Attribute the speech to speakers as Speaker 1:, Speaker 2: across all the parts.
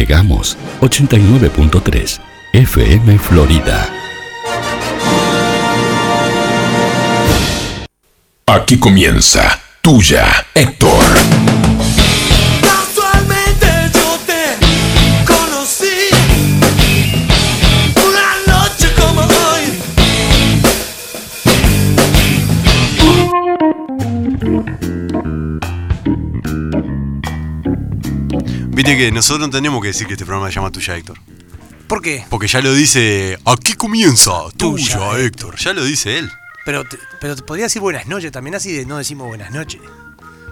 Speaker 1: Llegamos 89.3 FM Florida.
Speaker 2: Aquí comienza tuya, Héctor.
Speaker 3: Casualmente yo te conocí una noche como hoy.
Speaker 4: Viste que nosotros no tenemos que decir que este programa se llama Tuya Héctor.
Speaker 5: ¿Por qué?
Speaker 4: Porque ya lo dice. Aquí comienza Tuya,
Speaker 5: Tuya,
Speaker 4: Héctor. Ya lo dice él.
Speaker 5: Pero te, pero te podría decir buenas noches también, así de no decimos buenas noches.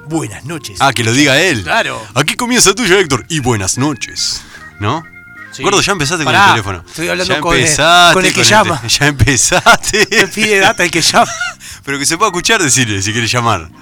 Speaker 5: Buenas noches.
Speaker 4: Ah, que lo diga él.
Speaker 5: Claro.
Speaker 4: Aquí comienza Tuya Héctor. Y buenas noches. ¿No?
Speaker 5: Sí.
Speaker 4: Gordo, ya empezaste
Speaker 5: Pará,
Speaker 4: con el teléfono.
Speaker 5: estoy hablando
Speaker 4: Ya
Speaker 5: con el-
Speaker 4: empezaste
Speaker 5: con el que
Speaker 4: te-
Speaker 5: llama.
Speaker 4: ya empezaste.
Speaker 5: Me pide data el que llama.
Speaker 4: Pero que se pueda escuchar decirle si quiere llamar.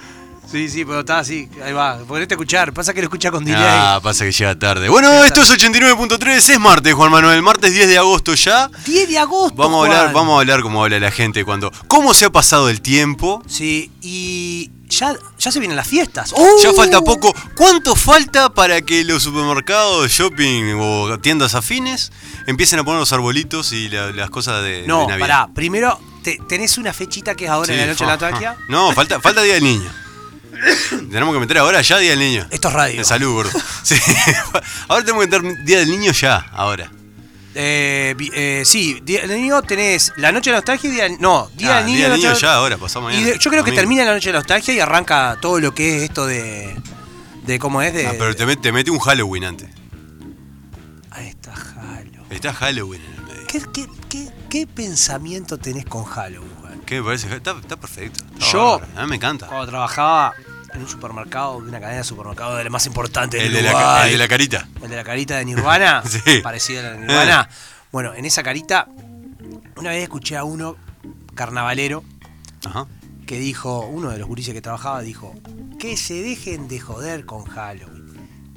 Speaker 5: Sí, sí, pero está así, ahí va. Ponete a escuchar, pasa que lo escucha con delay.
Speaker 4: Ah, pasa que llega tarde. Bueno, esto es 89.3. Es martes, Juan Manuel. Martes 10 de agosto ya.
Speaker 5: 10 de agosto.
Speaker 4: Vamos a hablar,
Speaker 5: Juan.
Speaker 4: vamos a hablar como habla la gente cuando. ¿Cómo se ha pasado el tiempo?
Speaker 5: Sí, y ya, ya se vienen las fiestas.
Speaker 4: Ya
Speaker 5: ¡Uh!
Speaker 4: falta poco. ¿Cuánto falta para que los supermercados, shopping o tiendas afines empiecen a poner los arbolitos y la- las cosas de,
Speaker 5: No,
Speaker 4: de Navidad?
Speaker 5: pará, primero te- tenés una fechita que es ahora
Speaker 4: Sí,
Speaker 5: en la noche de la
Speaker 4: fa-
Speaker 5: Antarquía.
Speaker 4: No, falta, falta Día del Niño. Tenemos que meter ahora ya Día del Niño.
Speaker 5: Esto es radio.
Speaker 4: En salud, gordo. Sí. Ahora tenemos que meter Día del Niño ya, ahora.
Speaker 5: Eh, vi- eh, sí, día del niño tenés la noche de la nostalgia y día, no, día
Speaker 4: Ah,
Speaker 5: del niño.
Speaker 4: Día del
Speaker 5: noche
Speaker 4: Niño
Speaker 5: de-
Speaker 4: ya, ahora, pasado mañana.
Speaker 5: Y de- yo creo que
Speaker 4: domingo.
Speaker 5: termina la noche de la nostalgia y arranca todo lo que es esto de. de cómo es de.
Speaker 4: Ah, pero te, met- te mete un Halloween antes.
Speaker 5: Ahí está Halo.
Speaker 4: Está Halloween en el medio.
Speaker 5: ¿Qué, qué, qué- qué pensamiento tenés con Halo, Juan?
Speaker 4: ¿Qué me parece? Está, está perfecto. Está
Speaker 5: Yo-
Speaker 4: bárbaro. A mí me encanta.
Speaker 5: Cuando trabajaba en un supermercado, de una cadena de supermercados de la más importante del
Speaker 4: El de, la, ca-
Speaker 5: Uruguay,
Speaker 4: el de la carita.
Speaker 5: el de la carita de Nirvana,
Speaker 4: Sí.
Speaker 5: parecida a la de Nirvana. Bueno, en esa carita, una vez escuché a uno carnavalero
Speaker 4: Ajá.
Speaker 5: que dijo, uno de los gurises que trabajaba dijo, que se dejen de joder con Halloween,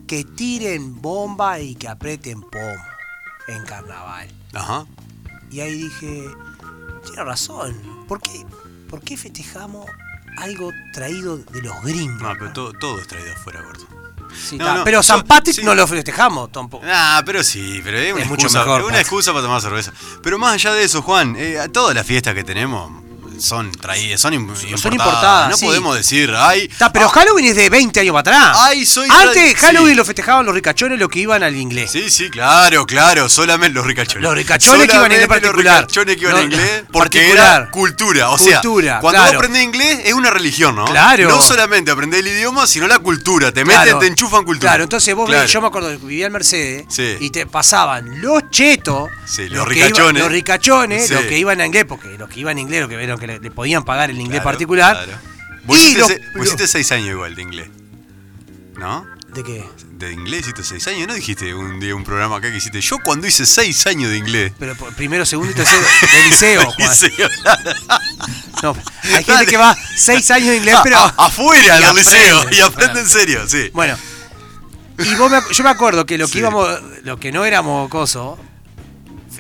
Speaker 5: que tiren bomba y que aprieten pomo en carnaval.
Speaker 4: Ajá.
Speaker 5: Y ahí dije, tiene razón, ¿por qué, por qué festejamos algo traído de los gringos?
Speaker 4: No, pero todo, todo es traído afuera, gordo.
Speaker 5: Sí,
Speaker 4: no,
Speaker 5: está.
Speaker 4: no,
Speaker 5: pero San
Speaker 4: yo-
Speaker 5: Patrick
Speaker 4: sí.
Speaker 5: no lo festejamos tampoco.
Speaker 4: Ah, pero sí, pero es una,
Speaker 5: Es mucho
Speaker 4: excusa,
Speaker 5: mejor,
Speaker 4: es una
Speaker 5: Pat.
Speaker 4: excusa para tomar cerveza. Pero más allá de eso, Juan, eh, a todas las fiestas que tenemos son traídas, son, im- importadas.
Speaker 5: importadas,
Speaker 4: No
Speaker 5: sí.
Speaker 4: podemos decir, ay,
Speaker 5: Está, pero Halloween es de 20 años para atrás.
Speaker 4: Ah. Ay, soy
Speaker 5: Antes
Speaker 4: tra-
Speaker 5: Halloween
Speaker 4: sí.
Speaker 5: lo festejaban los ricachones los que iban al inglés.
Speaker 4: Sí, sí, claro, claro, solamente los ricachones.
Speaker 5: Los ricachones que iban en
Speaker 4: Solamente
Speaker 5: inglés particular.
Speaker 4: Los ricachones que iban en
Speaker 5: No,
Speaker 4: inglés porque
Speaker 5: particular.
Speaker 4: era cultura. O sea,
Speaker 5: Cultura,
Speaker 4: cuando
Speaker 5: claro.
Speaker 4: vos aprendés inglés es una religión, ¿no?
Speaker 5: Claro.
Speaker 4: No solamente aprendés el idioma, sino la cultura. Te meten,
Speaker 5: Claro.
Speaker 4: te enchufan cultura.
Speaker 5: Claro, entonces vos
Speaker 4: Claro.
Speaker 5: ves, yo me acuerdo que vivía en Mercedes
Speaker 4: Sí.
Speaker 5: y te pasaban los chetos,
Speaker 4: Sí, los
Speaker 5: que iban-
Speaker 4: ricachones.
Speaker 5: los ricachones,
Speaker 4: Sí.
Speaker 5: los que iban a inglés, porque los que iban a inglés, los que vieron que le, le podían pagar el inglés
Speaker 4: Claro,
Speaker 5: particular.
Speaker 4: claro. Vos,
Speaker 5: Y
Speaker 4: hiciste,
Speaker 5: los-
Speaker 4: se- vos
Speaker 5: los-
Speaker 4: hiciste seis años igual de inglés. ¿No?
Speaker 5: ¿De qué?
Speaker 4: De inglés hiciste seis años, ¿no dijiste un día un programa acá que hiciste? Yo cuando hice seis años de inglés.
Speaker 5: Pero por- primero, segundo y tercero, de liceo, Juan.
Speaker 4: Liceo, claro.
Speaker 5: No, hay
Speaker 4: Dale.
Speaker 5: gente que va seis años de inglés, pero.
Speaker 4: Ah, afuera
Speaker 5: y
Speaker 4: del
Speaker 5: aprende,
Speaker 4: liceo. Y aprende
Speaker 5: aprende.
Speaker 4: en serio, sí.
Speaker 5: Bueno. Y vos me ac- yo me acuerdo que lo que
Speaker 4: Sí.
Speaker 5: íbamos, lo que no éramos coso,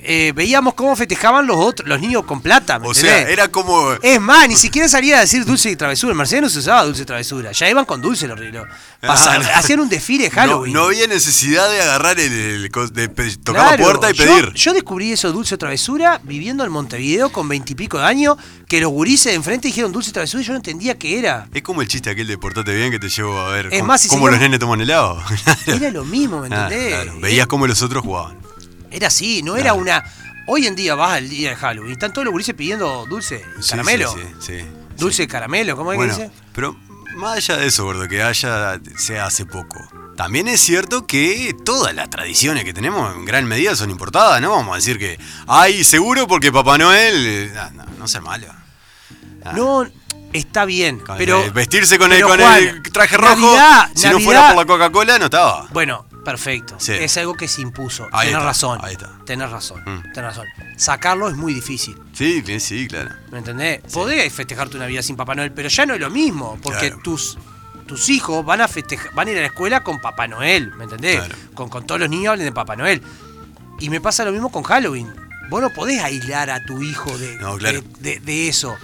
Speaker 5: eh, veíamos cómo festejaban los otros, los niños con plata, ¿me
Speaker 4: O sea,
Speaker 5: entendés?
Speaker 4: era como.
Speaker 5: Es más, ni siquiera salía a decir dulce y travesura. En Mercedes no se usaba dulce y travesura. Ya iban con dulce los rilos.
Speaker 4: Ah, no.
Speaker 5: Hacían un desfile de Halloween.
Speaker 4: No, no había necesidad de agarrar el, el co- de pe- tocar la
Speaker 5: Claro,
Speaker 4: puerta y
Speaker 5: yo-
Speaker 4: pedir.
Speaker 5: Yo, descubrí eso, dulce o travesura, viviendo en Montevideo con veintipico de años, que los gurises de enfrente dijeron dulce o travesura y yo no entendía qué era.
Speaker 4: Es como el chiste aquel de portate bien que te llevo a ver
Speaker 5: Es
Speaker 4: cómo,
Speaker 5: más, si
Speaker 4: cómo los
Speaker 5: seguimos-
Speaker 4: nenes toman helado.
Speaker 5: Era lo mismo, ¿me
Speaker 4: Ah,
Speaker 5: entendés?
Speaker 4: claro. Veías cómo los otros jugaban.
Speaker 5: Era así, no era
Speaker 4: Claro.
Speaker 5: una... Hoy en día vas al día de Halloween y están todos los gurises pidiendo dulce,
Speaker 4: Sí,
Speaker 5: caramelo.
Speaker 4: sí, sí, sí.
Speaker 5: Dulce caramelo, ¿cómo es
Speaker 4: Bueno,
Speaker 5: que dice?
Speaker 4: pero más allá de eso, gordo, que haya se hace poco. También es cierto que todas las tradiciones que tenemos en gran medida son importadas, ¿no? Vamos a decir que hay seguro porque Papá Noel. eh, ah, No, no sea malo. Ah,
Speaker 5: No, está bien,
Speaker 4: con
Speaker 5: pero...
Speaker 4: el- vestirse con,
Speaker 5: pero,
Speaker 4: el, con
Speaker 5: Juan,
Speaker 4: el traje rojo.
Speaker 5: Navidad,
Speaker 4: si no
Speaker 5: Navidad-
Speaker 4: fuera por la Coca-Cola, no estaba.
Speaker 5: Bueno, perfecto.
Speaker 4: Sí.
Speaker 5: Es algo que se impuso.
Speaker 4: Ahí
Speaker 5: tenés
Speaker 4: está,
Speaker 5: razón.
Speaker 4: ahí está.
Speaker 5: Tenés razón.
Speaker 4: Mm.
Speaker 5: Tenés razón. Sacarlo es muy difícil.
Speaker 4: Sí, bien, sí, claro.
Speaker 5: ¿Me entendés? Podés festejar tu Navidad sin Papá Noel, pero ya no es lo mismo. Porque
Speaker 4: Claro.
Speaker 5: tus, tus hijos van a festejar, van a ir a la escuela con Papá Noel, ¿me entendés?
Speaker 4: Claro.
Speaker 5: Con, con todos los niños hablen de Papá Noel. Y me pasa lo mismo con Halloween. Vos no podés aislar a tu hijo de,
Speaker 4: No, claro.
Speaker 5: de, de- de eso.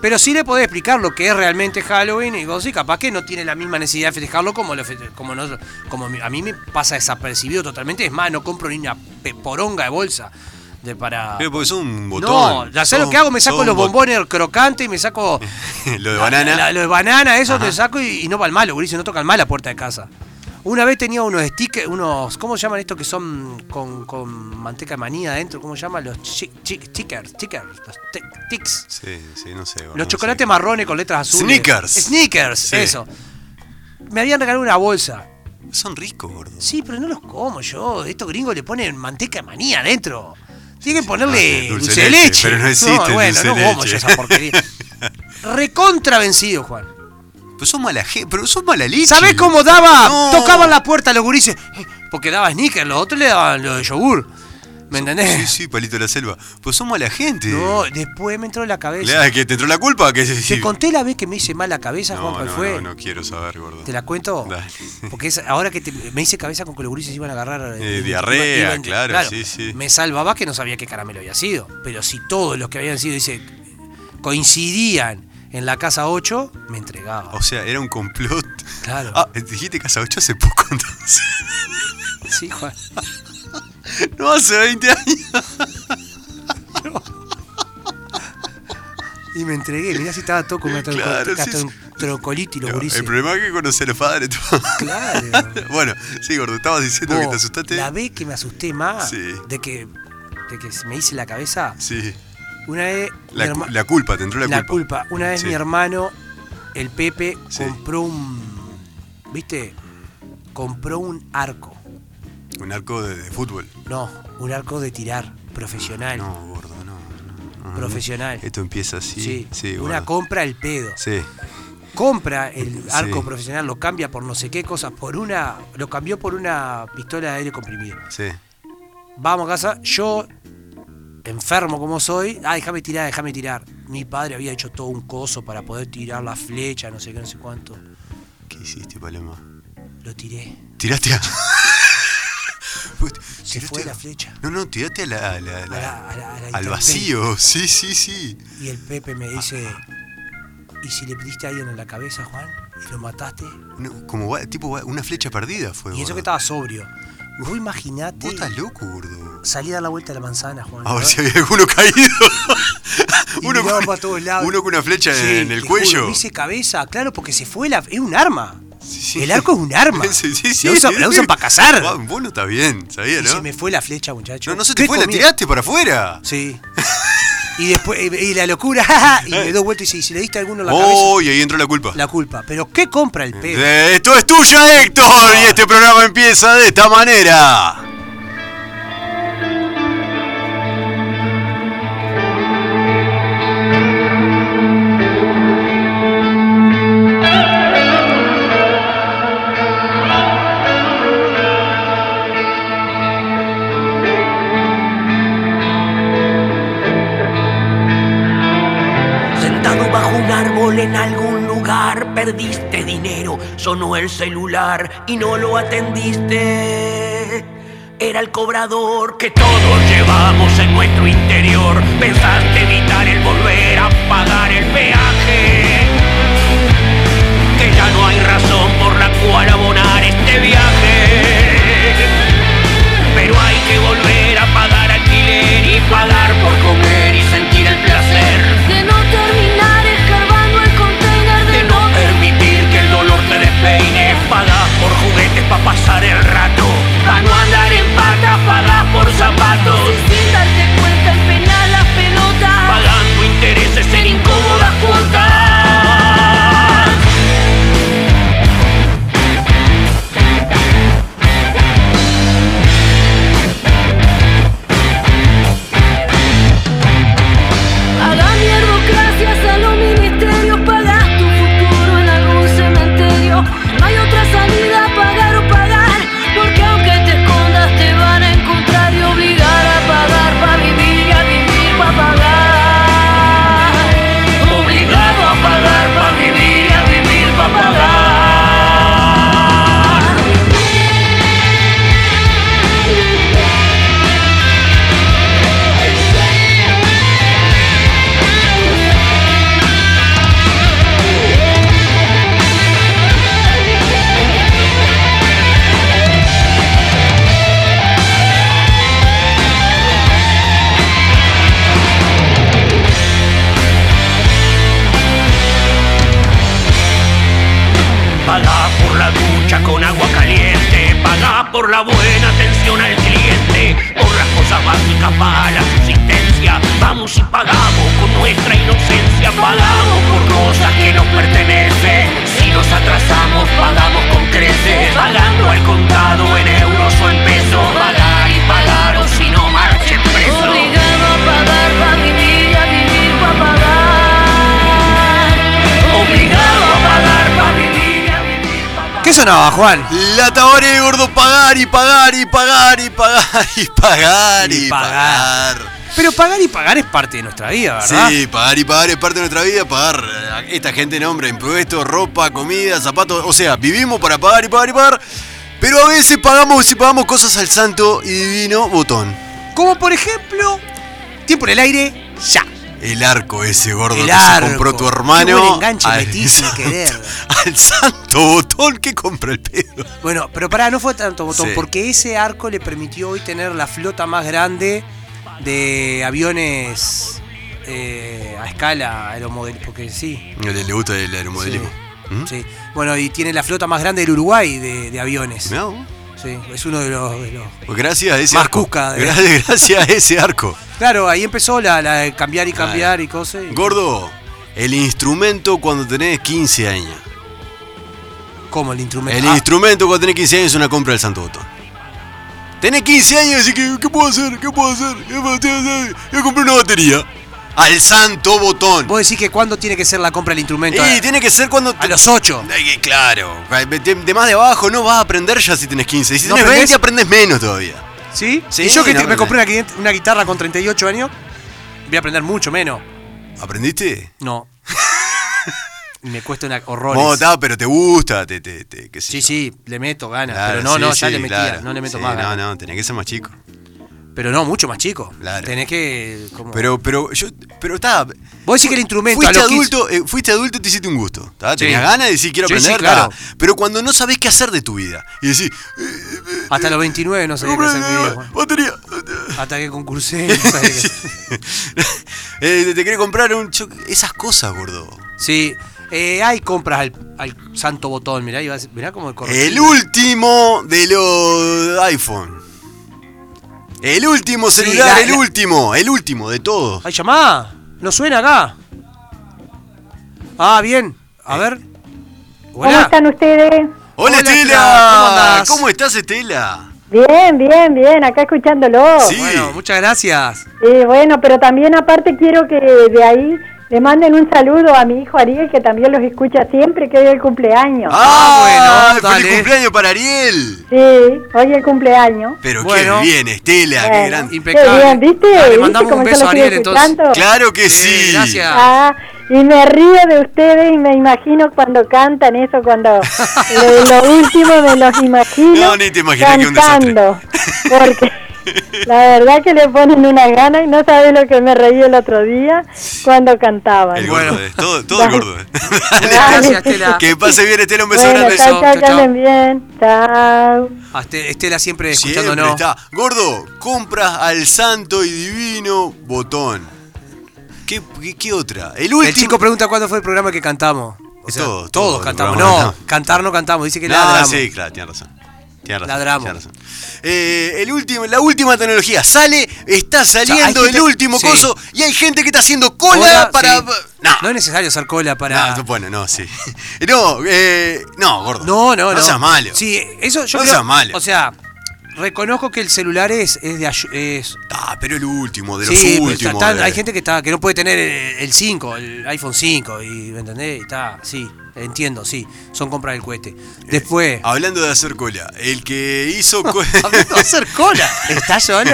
Speaker 5: Pero sí le podés explicar lo que es realmente Halloween y vos sí, capaz que no tiene la misma necesidad de festejarlo como, lo feste- como, nosotros- como mi- a mí me pasa desapercibido totalmente. Es más, no compro ni una pe- poronga de bolsa de para...
Speaker 4: Pero porque sos un botón.
Speaker 5: no, ya sé lo
Speaker 4: Sos-
Speaker 5: que hago, me
Speaker 4: sos
Speaker 5: saco
Speaker 4: un
Speaker 5: los
Speaker 4: bot-
Speaker 5: bombones crocantes y me saco...
Speaker 4: lo de banana.
Speaker 5: La- la- lo de banana, eso
Speaker 4: Ajá.
Speaker 5: te saco y, y no va al malo, Guricio, no toca mal la puerta de casa. Una vez tenía unos stickers, unos, ¿cómo se llaman estos que son con, con manteca de maní adentro? ¿Cómo se llaman? Los chi- chi- stickers, stickers, los tic- tics.
Speaker 4: Sí, sí, no sé.
Speaker 5: Los chocolates marrones con letras azules.
Speaker 4: Snickers.
Speaker 5: Sneakers,
Speaker 4: Sí.
Speaker 5: eso. Me habían regalado una bolsa.
Speaker 4: marrones. Son ricos, gordo.
Speaker 5: Sí, pero no los como yo. Estos gringos le ponen manteca de maní adentro. Tienen que
Speaker 4: Ah,
Speaker 5: ponerle
Speaker 4: sí,
Speaker 5: dulce, de leche.
Speaker 4: Pero no existe el
Speaker 5: bueno,
Speaker 4: dulce
Speaker 5: no
Speaker 4: de
Speaker 5: como
Speaker 4: leche.
Speaker 5: yo esa porquería. Recontra vencido, Juan.
Speaker 4: Pero sos mala gente, pero sos mala leche.
Speaker 5: ¿Sabés cómo daba?
Speaker 4: No.
Speaker 5: Tocaban la puerta a los gurises. eh, Porque daba sneakers, los otros le daban lo de yogur.
Speaker 4: Sí,
Speaker 5: ¿Me entendés?
Speaker 4: sí, palito de la selva. Pues somos la gente.
Speaker 5: Eh. No, después me entró en la
Speaker 4: Le
Speaker 5: cabeza.
Speaker 4: da que te entró la culpa. Que,
Speaker 5: Te conté la vez que me hice mal la cabeza, Juan,
Speaker 4: no,
Speaker 5: cuál
Speaker 4: no,
Speaker 5: fue.
Speaker 4: no, no quiero saber, gordo.
Speaker 5: ¿Te la cuento?
Speaker 4: Dale.
Speaker 5: Porque es, ahora que te- me hice cabeza con que los gurises iban a agarrar...
Speaker 4: Eh,
Speaker 5: iban-
Speaker 4: diarrea, claro, sí, sí.
Speaker 5: Me salvaba que no sabía qué caramelo había sido. Pero si todos los que habían sido, dice, coincidían en la casa 8, me entregaba.
Speaker 4: O sea, era un complot.
Speaker 5: Claro.
Speaker 4: Ah, dijiste Casa 8 hace poco entonces.
Speaker 5: Sí, Juan.
Speaker 4: No, hace 20 años.
Speaker 5: Y me entregué, mirá si estaba todo con una tro-
Speaker 4: Claro,
Speaker 5: hasta
Speaker 4: sí, sí.
Speaker 5: un trocolitis los
Speaker 4: No,
Speaker 5: gurises.
Speaker 4: el problema es que conocí a los padres. tu-
Speaker 5: Claro.
Speaker 4: bueno, sí, gordo, estabas diciendo que
Speaker 5: Vos,
Speaker 4: te asustaste.
Speaker 5: La vez que me asusté más
Speaker 4: Sí.
Speaker 5: de, que, de que me hice la cabeza,
Speaker 4: Sí.
Speaker 5: una vez mi
Speaker 4: La,
Speaker 5: herma-
Speaker 4: cu- la culpa, te entró la,
Speaker 5: la culpa. Una vez
Speaker 4: Sí.
Speaker 5: mi hermano, el Pepe,
Speaker 4: Sí.
Speaker 5: compró un. ¿Viste? Compró un arco.
Speaker 4: Un arco de, de fútbol.
Speaker 5: No, un arco de tirar profesional.
Speaker 4: No, gordo, no. no, no.
Speaker 5: Profesional.
Speaker 4: Esto empieza así.
Speaker 5: Sí,
Speaker 4: Sí,
Speaker 5: una
Speaker 4: gordo.
Speaker 5: compra el pedo.
Speaker 4: Sí.
Speaker 5: Compra el
Speaker 4: Sí.
Speaker 5: arco profesional, lo cambia por no sé qué cosa, por una. Lo cambió por una pistola de aire comprimido.
Speaker 4: Sí.
Speaker 5: Vamos a casa, yo, enfermo como soy, ah, déjame tirar, déjame tirar. Mi padre había hecho todo un coso para poder tirar la flecha, no sé qué, no sé cuánto.
Speaker 4: ¿Qué hiciste, Paloma?
Speaker 5: Lo tiré.
Speaker 4: ¿Tiraste a.?
Speaker 5: Se fue la flecha.
Speaker 4: No, no, tiraste a la. a la-
Speaker 5: A la- a la- a la
Speaker 4: al
Speaker 5: intemperie.
Speaker 4: vacío. Ah. Sí, sí, sí.
Speaker 5: Y el Pepe me dice, ¿y si le pediste a alguien en la cabeza, Juan? ¿Y lo mataste?
Speaker 4: No, como va- tipo va- una flecha perdida fue.
Speaker 5: Y eso
Speaker 4: gordo.
Speaker 5: que estaba sobrio. Vos
Speaker 4: Vos
Speaker 5: imaginate
Speaker 4: estás loco, gordo.
Speaker 5: salí a dar la vuelta a la manzana, Juan.
Speaker 4: A ver si había alguno caído.
Speaker 5: Y
Speaker 4: uno,
Speaker 5: miraba
Speaker 4: con,
Speaker 5: para todos lados.
Speaker 4: uno con una flecha
Speaker 5: Sí,
Speaker 4: en el
Speaker 5: te
Speaker 4: cuello.
Speaker 5: juro, me hice cabeza, claro, porque se fue la... Es un arma.
Speaker 4: Sí, sí.
Speaker 5: El arco es un arma.
Speaker 4: Sí, sí, sí.
Speaker 5: La usan, para cazar.
Speaker 4: Ah, Vos no estás bien,
Speaker 5: Y
Speaker 4: ¿sabías,
Speaker 5: se
Speaker 4: no?
Speaker 5: me fue la flecha, muchacho.
Speaker 4: No, no se te
Speaker 5: ¿Qué
Speaker 4: fue, la
Speaker 5: comí?
Speaker 4: tiraste para afuera.
Speaker 5: Sí. y después, y y la locura, jaja, y me dio vuelta y si, si le diste a alguno en la
Speaker 4: Oh, y ahí entró la culpa.
Speaker 5: cabeza, la culpa. Pero ¿qué compra el pedo?
Speaker 4: Eh, Esto es tuyo, Héctor, y este programa empieza de esta manera.
Speaker 6: Sentado bajo un árbol en algún lugar, perdiste dinero, sonó el celular y no lo atendiste. Era el cobrador que todos llevamos en nuestro interior. Pensaste evitar el volver a pagar el peaje. Que ya no hay razón por la cual abonar este viaje pero hay que volver a pagar alquiler y pagar por comer y sentir el placer
Speaker 7: De no terminar escarbando el container de
Speaker 6: de no permitir que el dolor te despeine. Pagás por juguetes para pasar el rato, para no andar en patas, pagás por zapatos,
Speaker 7: Sin darte cuenta el penal, las pelotas
Speaker 6: pagando intereses en incómodas cuotas. atención al cliente por las cosas básicas para la subsistencia. Vamos y pagamos con nuestra inocencia, pagamos por cosas que nos pertenecen. Si nos atrasamos, pagamos con creces, pagando al contado en euros o en pesos. Pagar y pagar o si no marchen preso.
Speaker 7: Obligado a pagar para vivir y a vivir para pagar.
Speaker 6: Obligado a pagar para vivir y a vivir pa' pagar.
Speaker 5: ¿Qué sonaba, Juan?
Speaker 4: La tabaré, gordo, pagar y pagar y pagar y pagar y pagar y,
Speaker 5: Y pagar.
Speaker 4: pagar.
Speaker 5: Pero pagar y pagar es parte de nuestra vida, ¿verdad?
Speaker 4: Sí, pagar y pagar es parte de nuestra vida. Pagar eh, esta gente nombra impuestos, ropa, comida, zapatos. O sea, vivimos para pagar y pagar y pagar. Pero a veces pagamos y pagamos cosas al santo y divino botón.
Speaker 5: Como por ejemplo, tiempo en el aire, ya.
Speaker 4: El arco ese gordo
Speaker 5: El
Speaker 4: que
Speaker 5: arco.
Speaker 4: se compró tu
Speaker 5: Qué
Speaker 4: hermano.
Speaker 5: buen enganche metiste,
Speaker 4: santo-
Speaker 5: querer.
Speaker 4: al santo botón que compra el pedo.
Speaker 5: Bueno, pero pará, no fue tanto botón,
Speaker 4: Sí.
Speaker 5: porque ese arco le permitió hoy tener la flota más grande de aviones eh, a escala aeromodel, porque sí.
Speaker 4: Le, le gusta el aeromodelismo.
Speaker 5: sí,
Speaker 4: ¿Mm?
Speaker 5: sí. Bueno, y tiene la flota más grande del Uruguay de, de aviones.
Speaker 4: Mirá vos.
Speaker 5: Sí, es uno de los- de los
Speaker 4: Pues gracias a ese
Speaker 5: Más eh.
Speaker 4: arco.
Speaker 5: cuca, de-
Speaker 4: Gra- gracias a ese arco.
Speaker 5: Claro, ahí empezó la, la de cambiar y cambiar y cosas. y-
Speaker 4: Gordo, el instrumento cuando tenés 15 años.
Speaker 5: ¿Cómo el instrumento?
Speaker 4: El
Speaker 5: Ah,
Speaker 4: instrumento cuando tenés 15 años es una compra del Santo Botón. Tenés 15 años y que, ¿qué puedo hacer? ¿Qué puedo hacer? ¿Qué puedo hacer? Yo compré una batería. Al Santo Botón.
Speaker 5: vos decís que cuándo tiene que ser la compra del instrumento.
Speaker 4: Y tiene que ser cuando...
Speaker 5: a los 8.
Speaker 4: Ay, claro. De, de más de abajo no vas a aprender ya si tenés 15. Y si
Speaker 5: ¿No
Speaker 4: tenés 20
Speaker 5: aprendés?
Speaker 4: aprendes menos todavía.
Speaker 5: ¿Sí?
Speaker 4: Sí,
Speaker 5: y yo que
Speaker 4: no,
Speaker 5: te- me
Speaker 4: no.
Speaker 5: compré una, guitarra- una guitarra con 38 años, voy a aprender mucho menos.
Speaker 4: ¿Aprendiste?
Speaker 5: No. Y me cuesta una
Speaker 4: No,
Speaker 5: horror.
Speaker 4: está, pero te gusta, te, te, te- qué sé
Speaker 5: Sí,
Speaker 4: yo.
Speaker 5: sí, le meto ganas.
Speaker 4: Claro,
Speaker 5: pero no,
Speaker 4: sí,
Speaker 5: no, ya
Speaker 4: sí,
Speaker 5: le metía,
Speaker 4: claro.
Speaker 5: no le meto
Speaker 4: Sí,
Speaker 5: más
Speaker 4: No,
Speaker 5: ganas.
Speaker 4: no, tenés que ser más chico.
Speaker 5: Pero no, mucho más chico.
Speaker 4: Claro.
Speaker 5: Tenés que. como-
Speaker 4: Pero, pero, yo, pero está.
Speaker 5: vos decís que el instrumento a
Speaker 4: Fuiste
Speaker 5: los 15
Speaker 4: adulto, eh, fuiste adulto y te hiciste un gusto. ¿tá?
Speaker 5: Sí.
Speaker 4: Tenías ganas de decir quiero
Speaker 5: Sí, sí,
Speaker 4: aprender,
Speaker 5: claro.
Speaker 4: tá. pero cuando no sabés qué hacer de tu vida y decís,
Speaker 5: hasta los 29 no sabía qué hacer mi vida, Juan.
Speaker 4: batería.
Speaker 5: Hasta que concursé, no sabía qué hacer.
Speaker 4: Eh, te- te querés comprar un cho- esas cosas, gordo.
Speaker 5: Sí, eh, hay compras al, al santo botón, mirá, iba a decir- mirá como el correctivo.
Speaker 4: El último de los iPhone. El último
Speaker 5: Sí,
Speaker 4: celular,
Speaker 5: la-
Speaker 4: el
Speaker 5: la-
Speaker 4: último, el último de todos.
Speaker 5: ¡Ay, llamá! ¿No suena acá? Ah, bien. A ver.
Speaker 8: ¿Cómo
Speaker 5: Hola.
Speaker 8: están ustedes?
Speaker 4: Hola,
Speaker 5: Hola,
Speaker 4: Estela,
Speaker 5: Estela, ¿cómo andás?
Speaker 4: ¿Cómo estás, Estela?
Speaker 8: Bien, bien, bien, acá escuchándolo.
Speaker 4: Sí.
Speaker 5: Bueno, muchas gracias.
Speaker 8: Eh, bueno, pero también aparte quiero que de ahí le manden un saludo a mi hijo Ariel, que también los escucha siempre, que hoy es el cumpleaños.
Speaker 4: Ah,
Speaker 5: bueno,
Speaker 4: feliz
Speaker 5: dale.
Speaker 4: cumpleaños para Ariel.
Speaker 8: Sí, hoy es el cumpleaños.
Speaker 4: Pero
Speaker 5: Bueno.
Speaker 4: qué bien, Estela, qué
Speaker 8: Bueno.
Speaker 4: grande.
Speaker 5: Impecable.
Speaker 8: Qué bien, ¿viste?
Speaker 5: Ah, Le
Speaker 8: ¿Viste
Speaker 5: mandamos un
Speaker 8: cómo yo
Speaker 5: beso a
Speaker 8: lo estoy
Speaker 5: Ariel entonces.
Speaker 8: escuchando?
Speaker 4: Claro que sí.
Speaker 5: Sí, gracias.
Speaker 8: Ah, y me río de ustedes y me imagino cuando cantan eso, cuando lo, lo último me los imagino
Speaker 4: No, ni te imaginas que un desastre.
Speaker 8: cantando. Porque la verdad que le ponen una gana y no sabes lo que me reí el otro día cuando cantaban.
Speaker 4: El
Speaker 5: Bueno.
Speaker 4: gordo, es, todo, todo el gordo. es. Dale,
Speaker 5: Gracias,
Speaker 4: Estela.
Speaker 5: Estela.
Speaker 4: Que pase bien, Estela, un beso
Speaker 8: Bueno,
Speaker 4: grande.
Speaker 5: chao,
Speaker 8: chao,
Speaker 5: chao,
Speaker 8: chao, que
Speaker 5: chao.
Speaker 8: anden bien. Chao.
Speaker 5: A Este- Estela siempre
Speaker 4: Siempre
Speaker 5: escuchándonos.
Speaker 4: está. Gordo, compras al santo y divino botón. ¿Qué, qué, qué otra? El último.
Speaker 5: El chico pregunta cuándo fue el programa que cantamos. O sea,
Speaker 4: Todo, todo
Speaker 5: todos
Speaker 4: el
Speaker 5: cantamos.
Speaker 4: programa
Speaker 5: No,
Speaker 4: cantamos.
Speaker 5: cantar no cantamos, dice que
Speaker 4: No,
Speaker 5: ladramos.
Speaker 4: sí, claro, tiene razón. Tiene razón.
Speaker 5: Ladramos.
Speaker 4: tiene razón. Eh, el último, la última tecnología sale, está
Speaker 5: hay
Speaker 4: saliendo
Speaker 5: gente-
Speaker 4: el último
Speaker 5: sí.
Speaker 4: coso y hay gente que está haciendo
Speaker 5: Cola,
Speaker 4: cola, para.
Speaker 5: sí.
Speaker 4: No.
Speaker 5: No es necesario hacer cola para.
Speaker 4: No, bueno, no, sí. No, eh, no, gordo.
Speaker 5: No, no, no.
Speaker 4: No seas malo.
Speaker 5: Sí, eso yo
Speaker 4: No
Speaker 5: creo-
Speaker 4: seas malo.
Speaker 5: O sea, reconozco que el celular es, es de ayu- es,
Speaker 4: Ah, pero el último, de los
Speaker 5: sí, pero
Speaker 4: últimos. eh.
Speaker 5: está- está-
Speaker 4: de-
Speaker 5: hay gente que está que no puede tener el, el 5, el iPhone 5 y ¿me entendés? Y Está, sí, entiendo, sí, son compras del cohete. Después
Speaker 4: Hablando de hacer cola, el que hizo co-
Speaker 5: hablando de hacer cola. ¿Estás solo?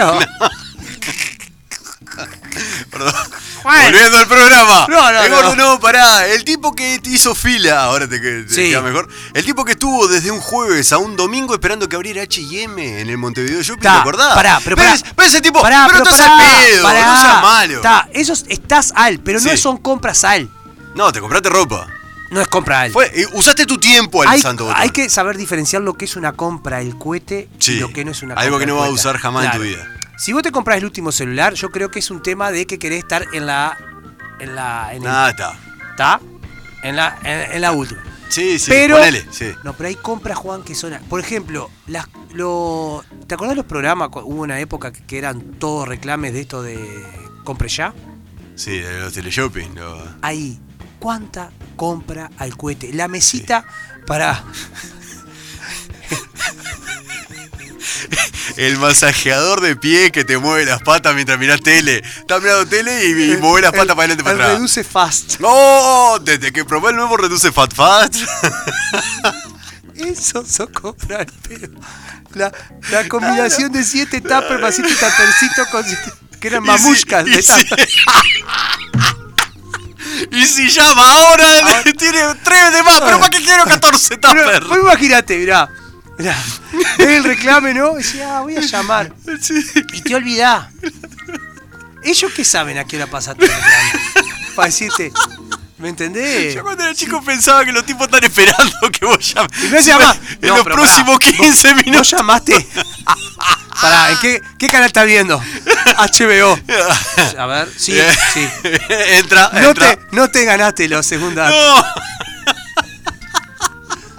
Speaker 4: Perdón.
Speaker 5: Bueno.
Speaker 4: Volviendo al programa.
Speaker 5: No, no,
Speaker 4: El
Speaker 5: no.
Speaker 4: gordo, no, pará. El tipo que hizo fila, ahora te, que- te
Speaker 5: Sí.
Speaker 4: queda mejor. El tipo que estuvo desde un jueves a un domingo esperando que abriera H&M en el Montevideo Shopping,
Speaker 5: Está,
Speaker 4: ¿te acordás?
Speaker 5: pará, pero pará.
Speaker 4: ¿Ves, ves ese tipo?
Speaker 5: Pará,
Speaker 4: pero, estás
Speaker 5: pará,
Speaker 4: al pedo,
Speaker 5: pará.
Speaker 4: no seas malo.
Speaker 5: Está, esos estás al, pero no
Speaker 4: Sí.
Speaker 5: son compras al.
Speaker 4: No, te compraste ropa.
Speaker 5: No es compra al.
Speaker 4: Fue, eh, usaste tu tiempo al
Speaker 5: hay,
Speaker 4: santo botón.
Speaker 5: hay que saber diferenciar lo que es una compra el cohete
Speaker 4: Sí,
Speaker 5: y lo que no es una
Speaker 4: algo
Speaker 5: compra
Speaker 4: que no
Speaker 5: del
Speaker 4: vas a
Speaker 5: cohete.
Speaker 4: usar jamás en tu vida.
Speaker 5: Si vos te compras el último celular, yo creo que es un tema de que querés estar en la. En la. En el-
Speaker 4: Nada, está.
Speaker 5: ¿tá? En la, en, en la última.
Speaker 4: Sí, sí,
Speaker 5: pero.
Speaker 4: ponele, sí.
Speaker 5: No, pero hay compras, Juan, que son. Por ejemplo, las, lo- ¿Te acordás los programas? cu- Hubo una época que- que eran todos reclames de esto de compre ya.
Speaker 4: Sí, de los teleshopping. lo-
Speaker 5: Ahí, ¿cuánta compra al cohete? La mesita para...
Speaker 4: El masajeador de pie que te mueve las patas mientras mirás tele. Estás mirando tele y, y mueve las patas para adelante y
Speaker 5: el
Speaker 4: para atrás.
Speaker 5: Eh, Reduce fast.
Speaker 4: ¡No! Desde que probé el nuevo reduce Fat Fat.
Speaker 5: Eso son comprar, pero la, la combinación de siete tapas más siete tapercitos con siete- que eran
Speaker 4: Y si-
Speaker 5: mamushkas
Speaker 4: y
Speaker 5: de
Speaker 4: si-
Speaker 5: tapa.
Speaker 4: Y si llama ahora, tiene tres de más, pero ¿para qué quiero 14
Speaker 5: Ah. Pero,
Speaker 4: tupper?
Speaker 5: vos imaginate, mirá, mirá, ves el reclame, ¿no? Y decís, ah, voy a llamar. Y te olvidás. ¿Ellos qué saben a qué hora pasa tu reclame? Para decirte, ¿me entendés?
Speaker 4: Yo cuando era chico pensaba que los tipos están esperando que vos llames.
Speaker 5: Y no llama.
Speaker 4: En
Speaker 5: No,
Speaker 4: los
Speaker 5: pero
Speaker 4: próximos 15
Speaker 5: ¿No
Speaker 4: minutos.
Speaker 5: llamaste? Pará, ¿en qué, qué canal estás viendo? HBO. A ver, sí,
Speaker 4: Eh,
Speaker 5: sí.
Speaker 4: entra,
Speaker 5: No
Speaker 4: entra.
Speaker 5: te, no te ganaste la segunda.
Speaker 4: No.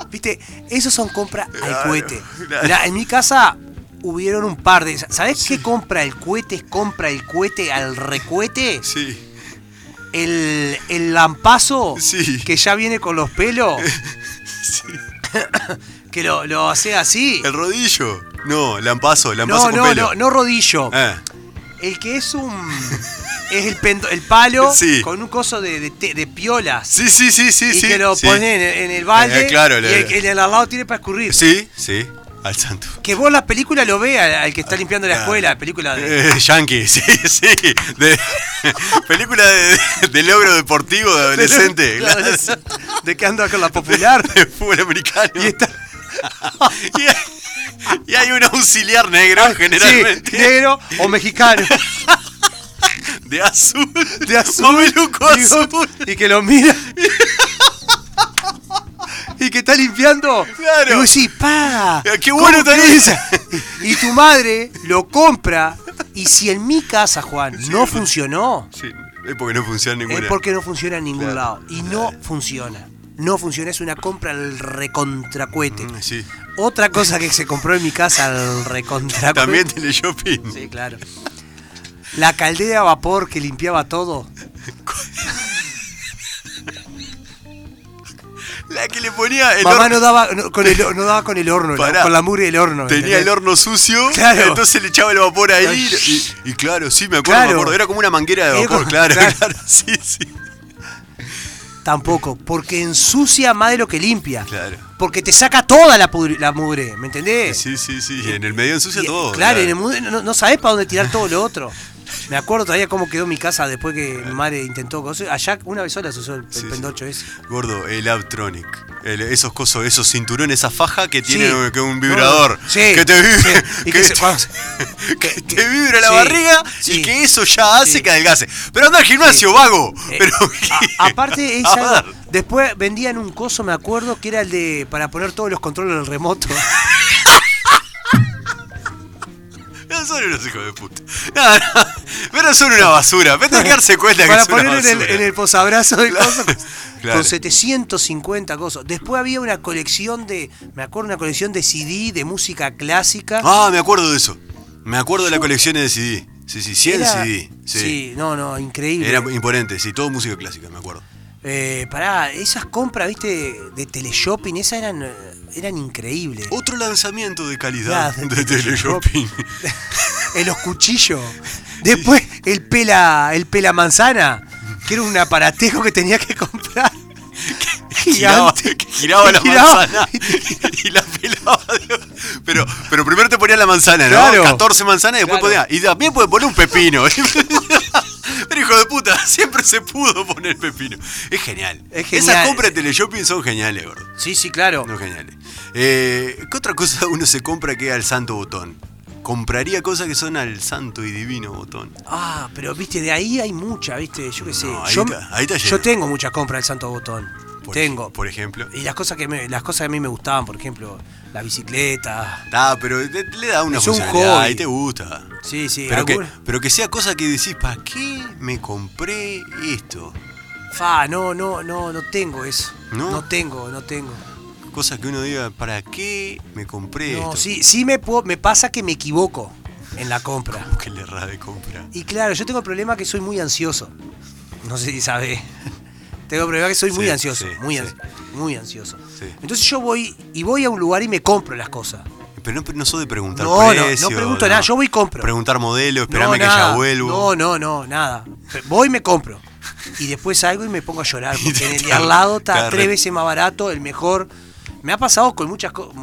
Speaker 5: Viste, esos son compras al
Speaker 4: Claro,
Speaker 5: cohete.
Speaker 4: claro.
Speaker 5: Mirá, en mi casa hubieron un par de. ¿Sabés qué compra el cohete? Es compra el cohete al recuete.
Speaker 4: Sí.
Speaker 5: El, el lampazo
Speaker 4: Sí.
Speaker 5: que ya viene con los pelos. que lo, lo hace así.
Speaker 4: El rodillo. No, lampazo, lampazo
Speaker 5: No,
Speaker 4: con
Speaker 5: no,
Speaker 4: pelo.
Speaker 5: no, no rodillo.
Speaker 4: Ah,
Speaker 5: El que es un. Es el, pendo- el palo
Speaker 4: Sí.
Speaker 5: con un coso de, de, te- de piolas.
Speaker 4: Sí, sí, sí, sí,
Speaker 5: y
Speaker 4: sí.
Speaker 5: que lo
Speaker 4: sí.
Speaker 5: pones en, el- en el balde.
Speaker 4: Eh, claro,
Speaker 5: y
Speaker 4: le-
Speaker 5: el, el, al lado tiene para escurrir.
Speaker 4: Sí, sí. Al santo.
Speaker 5: Que vos la película lo veas, al que está limpiando la escuela, la película de...
Speaker 4: Ah, Eh, yankee, sí, sí. De- película de, de logro deportivo de adolescente.
Speaker 5: de adolescente, de que anda con la popular.
Speaker 4: de fútbol americano.
Speaker 5: Y está-
Speaker 4: Y- y hay un auxiliar negro, generalmente.
Speaker 5: Sí, negro o mexicano,
Speaker 4: De azul.
Speaker 5: de azul.
Speaker 4: Mameluco
Speaker 5: digo,
Speaker 4: azul.
Speaker 5: Y que lo mira. Y que está limpiando.
Speaker 4: Claro.
Speaker 5: Y vos decís, pa.
Speaker 4: Eh, qué
Speaker 5: ¿cómo
Speaker 4: bueno tenés.
Speaker 5: crees? Y tu madre lo compra. Y si en mi casa, Juan, no funcionó,
Speaker 4: Sí, es porque no funciona
Speaker 5: es
Speaker 4: ninguna.
Speaker 5: porque no funciona en ningún
Speaker 4: Claro.
Speaker 5: lado. Y no funciona. No funciona, es una compra al recontracuete.
Speaker 4: Mm, Sí.
Speaker 5: Otra cosa que se compró en mi casa al recontracuete.
Speaker 4: También teleshopping.
Speaker 5: Sí, claro. La caldera a vapor que limpiaba todo.
Speaker 4: La que le ponía el
Speaker 5: Mamá
Speaker 4: horno-
Speaker 5: no daba, no, con el, no daba con el horno, la-
Speaker 4: Pará.
Speaker 5: con la mugre del horno.
Speaker 4: Tenía
Speaker 5: ¿entendés?
Speaker 4: el horno sucio,
Speaker 5: Claro.
Speaker 4: entonces le echaba el vapor ahí.
Speaker 5: Ay.
Speaker 4: Y, y claro, sí, me acuerdo,
Speaker 5: Claro.
Speaker 4: me acuerdo. Era como una manguera de
Speaker 5: Era
Speaker 4: vapor,
Speaker 5: como-
Speaker 4: claro,
Speaker 5: claro.
Speaker 4: claro, sí, sí.
Speaker 5: Tampoco, porque ensucia más de lo que limpia.
Speaker 4: Claro.
Speaker 5: Porque te saca toda la, pudri- la mugre, ¿me entendés?
Speaker 4: Sí, sí, sí. y en el medio ensucia
Speaker 5: Eh. Y-
Speaker 4: todo.
Speaker 5: Claro, en el mugre no, no sabés para dónde tirar todo lo otro. Me acuerdo todavía cómo quedó mi casa después que mi madre intentó. cosas. Allá una vez sola se usó el, el
Speaker 4: sí.
Speaker 5: pendocho ese.
Speaker 4: Gordo, el Abtronic. El- esos cosos, esos cinturones, esas fajas que
Speaker 5: Sí.
Speaker 4: tienen un- que un
Speaker 5: No,
Speaker 4: vibrador.
Speaker 5: no. Sí,
Speaker 4: Que te vibre.
Speaker 5: sí.
Speaker 4: Que,
Speaker 5: Y que se-
Speaker 4: te-
Speaker 5: cuando se-
Speaker 4: que
Speaker 5: que-
Speaker 4: te vibra la
Speaker 5: sí,
Speaker 4: barriga
Speaker 5: sí.
Speaker 4: y que eso ya hace
Speaker 5: Sí.
Speaker 4: que adelgase. Pero anda al gimnasio, vago.
Speaker 5: Eh,
Speaker 4: Pero,
Speaker 5: a- aparte es
Speaker 4: A
Speaker 5: algo-
Speaker 4: ver.
Speaker 5: después vendían un coso, me acuerdo, que era el de para poner todos los controles del remoto.
Speaker 4: Son unos hijos de puta. No, no, pero son una basura. Vete a darse cuenta
Speaker 5: para
Speaker 4: que son una
Speaker 5: poner en el,
Speaker 4: basura.
Speaker 5: en el posabrazo de cosas con-
Speaker 4: claro.
Speaker 5: con 750 cosas. Después había una colección de, me acuerdo, una colección de CD de música clásica.
Speaker 4: Ah, me acuerdo de eso. Me acuerdo de la colección de CD. Sí, sí, 100
Speaker 5: Era-
Speaker 4: CD. Sí.
Speaker 5: sí, no, no, increíble.
Speaker 4: Era imponente, sí, todo música clásica, me acuerdo.
Speaker 5: Eh, pará, esas compras, viste, de teleshopping, esas eran, eh, eran increíbles.
Speaker 4: Otro lanzamiento de calidad
Speaker 5: Ya,
Speaker 4: de Teleshopping.
Speaker 5: en los cuchillos. Después el pela, el pela manzana, que era un aparatejo que tenía que comprar.
Speaker 4: Giraba,
Speaker 5: Gigante.
Speaker 4: que giraba la
Speaker 5: Giraba.
Speaker 4: manzana y la pelaba. de- Pero, pero primero te ponías la manzana, ¿no?
Speaker 5: Claro.
Speaker 4: 14 manzanas y después
Speaker 5: Claro.
Speaker 4: ponías. Y también puedes poner un pepino. pero hijo de puta, siempre se pudo poner pepino. Es genial.
Speaker 5: Es
Speaker 4: Esas
Speaker 5: genial.
Speaker 4: compras de Teleshopping son geniales, gordo.
Speaker 5: Sí, sí, claro.
Speaker 4: No, geniales. Eh, ¿Qué otra cosa uno se compra que al santo botón? Compraría cosas que son al santo y divino botón.
Speaker 5: Ah, pero viste, de ahí hay mucha, viste, yo qué sé.
Speaker 4: No, ahí
Speaker 5: yo,
Speaker 4: está- ahí está
Speaker 5: yo
Speaker 4: lleno.
Speaker 5: tengo muchas compras del Santo Botón.
Speaker 4: Por-
Speaker 5: tengo.
Speaker 4: Por ejemplo.
Speaker 5: y las cosas que me, las cosas que a mí me gustaban, por ejemplo, la bicicleta.
Speaker 4: Ah, pero te- le da una
Speaker 5: Es un
Speaker 4: funcionalidad
Speaker 5: hobby.
Speaker 4: y te gusta.
Speaker 5: Sí, sí,
Speaker 4: Pero que,
Speaker 5: alguna-
Speaker 4: pero que sea cosa que decís, ¿para qué me compré esto?
Speaker 5: Fa, no, no, no, no tengo eso.
Speaker 4: ¿No?
Speaker 5: tengo, no tengo.
Speaker 4: cosas que uno diga, ¿para qué me compré
Speaker 5: No,
Speaker 4: esto?
Speaker 5: sí, sí me, puedo- me pasa que me equivoco en la compra.
Speaker 4: Que le erra de compra.
Speaker 5: Y claro, yo tengo el problema que soy muy ansioso. No sé si sabe. Tengo el problema que soy muy
Speaker 4: Sí,
Speaker 5: ansioso.
Speaker 4: sí,
Speaker 5: muy, an-
Speaker 4: sí.
Speaker 5: muy ansioso.
Speaker 4: Sí.
Speaker 5: Entonces yo voy y voy a un lugar y me compro las cosas.
Speaker 4: Pero no, no soy de preguntar
Speaker 5: No, no, no
Speaker 4: precios,
Speaker 5: pregunto nada, yo voy y compro.
Speaker 4: Preguntar modelo, esperame
Speaker 5: No,
Speaker 4: que
Speaker 5: nada.
Speaker 4: ya vuelvo.
Speaker 5: No, no, no, nada. Voy y me compro. Y después salgo y me pongo a llorar.
Speaker 4: Y
Speaker 5: Porque
Speaker 4: te
Speaker 5: en el de
Speaker 4: está-
Speaker 5: al lado
Speaker 4: está
Speaker 5: está
Speaker 4: re-
Speaker 5: tres veces más barato, el mejor. Me ha pasado con muchas cosas.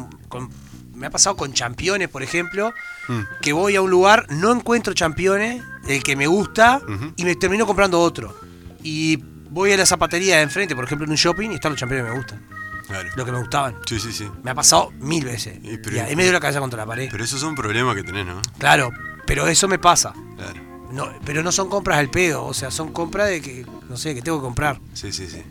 Speaker 5: Me ha pasado con championes, por ejemplo,
Speaker 4: Mm.
Speaker 5: que voy a un lugar, no encuentro championes, el que me gusta,
Speaker 4: Ujú.
Speaker 5: y me termino comprando otro. Y voy a la zapatería de enfrente, por ejemplo, en un shopping, y están los championes que me gustan,
Speaker 4: Claro.
Speaker 5: los que me gustaban.
Speaker 4: Sí, sí, sí.
Speaker 5: Me ha pasado mil veces.
Speaker 4: Y
Speaker 5: Y,
Speaker 4: pero-
Speaker 5: ahí me dio la cabeza contra la pared.
Speaker 4: Pero eso es un problema que tenés, ¿no?
Speaker 5: Claro, pero eso me pasa.
Speaker 4: Claro.
Speaker 5: No, pero no son compras al pedo, o sea, son compras de que, no sé, que tengo que comprar.
Speaker 4: Sí, sí, sí.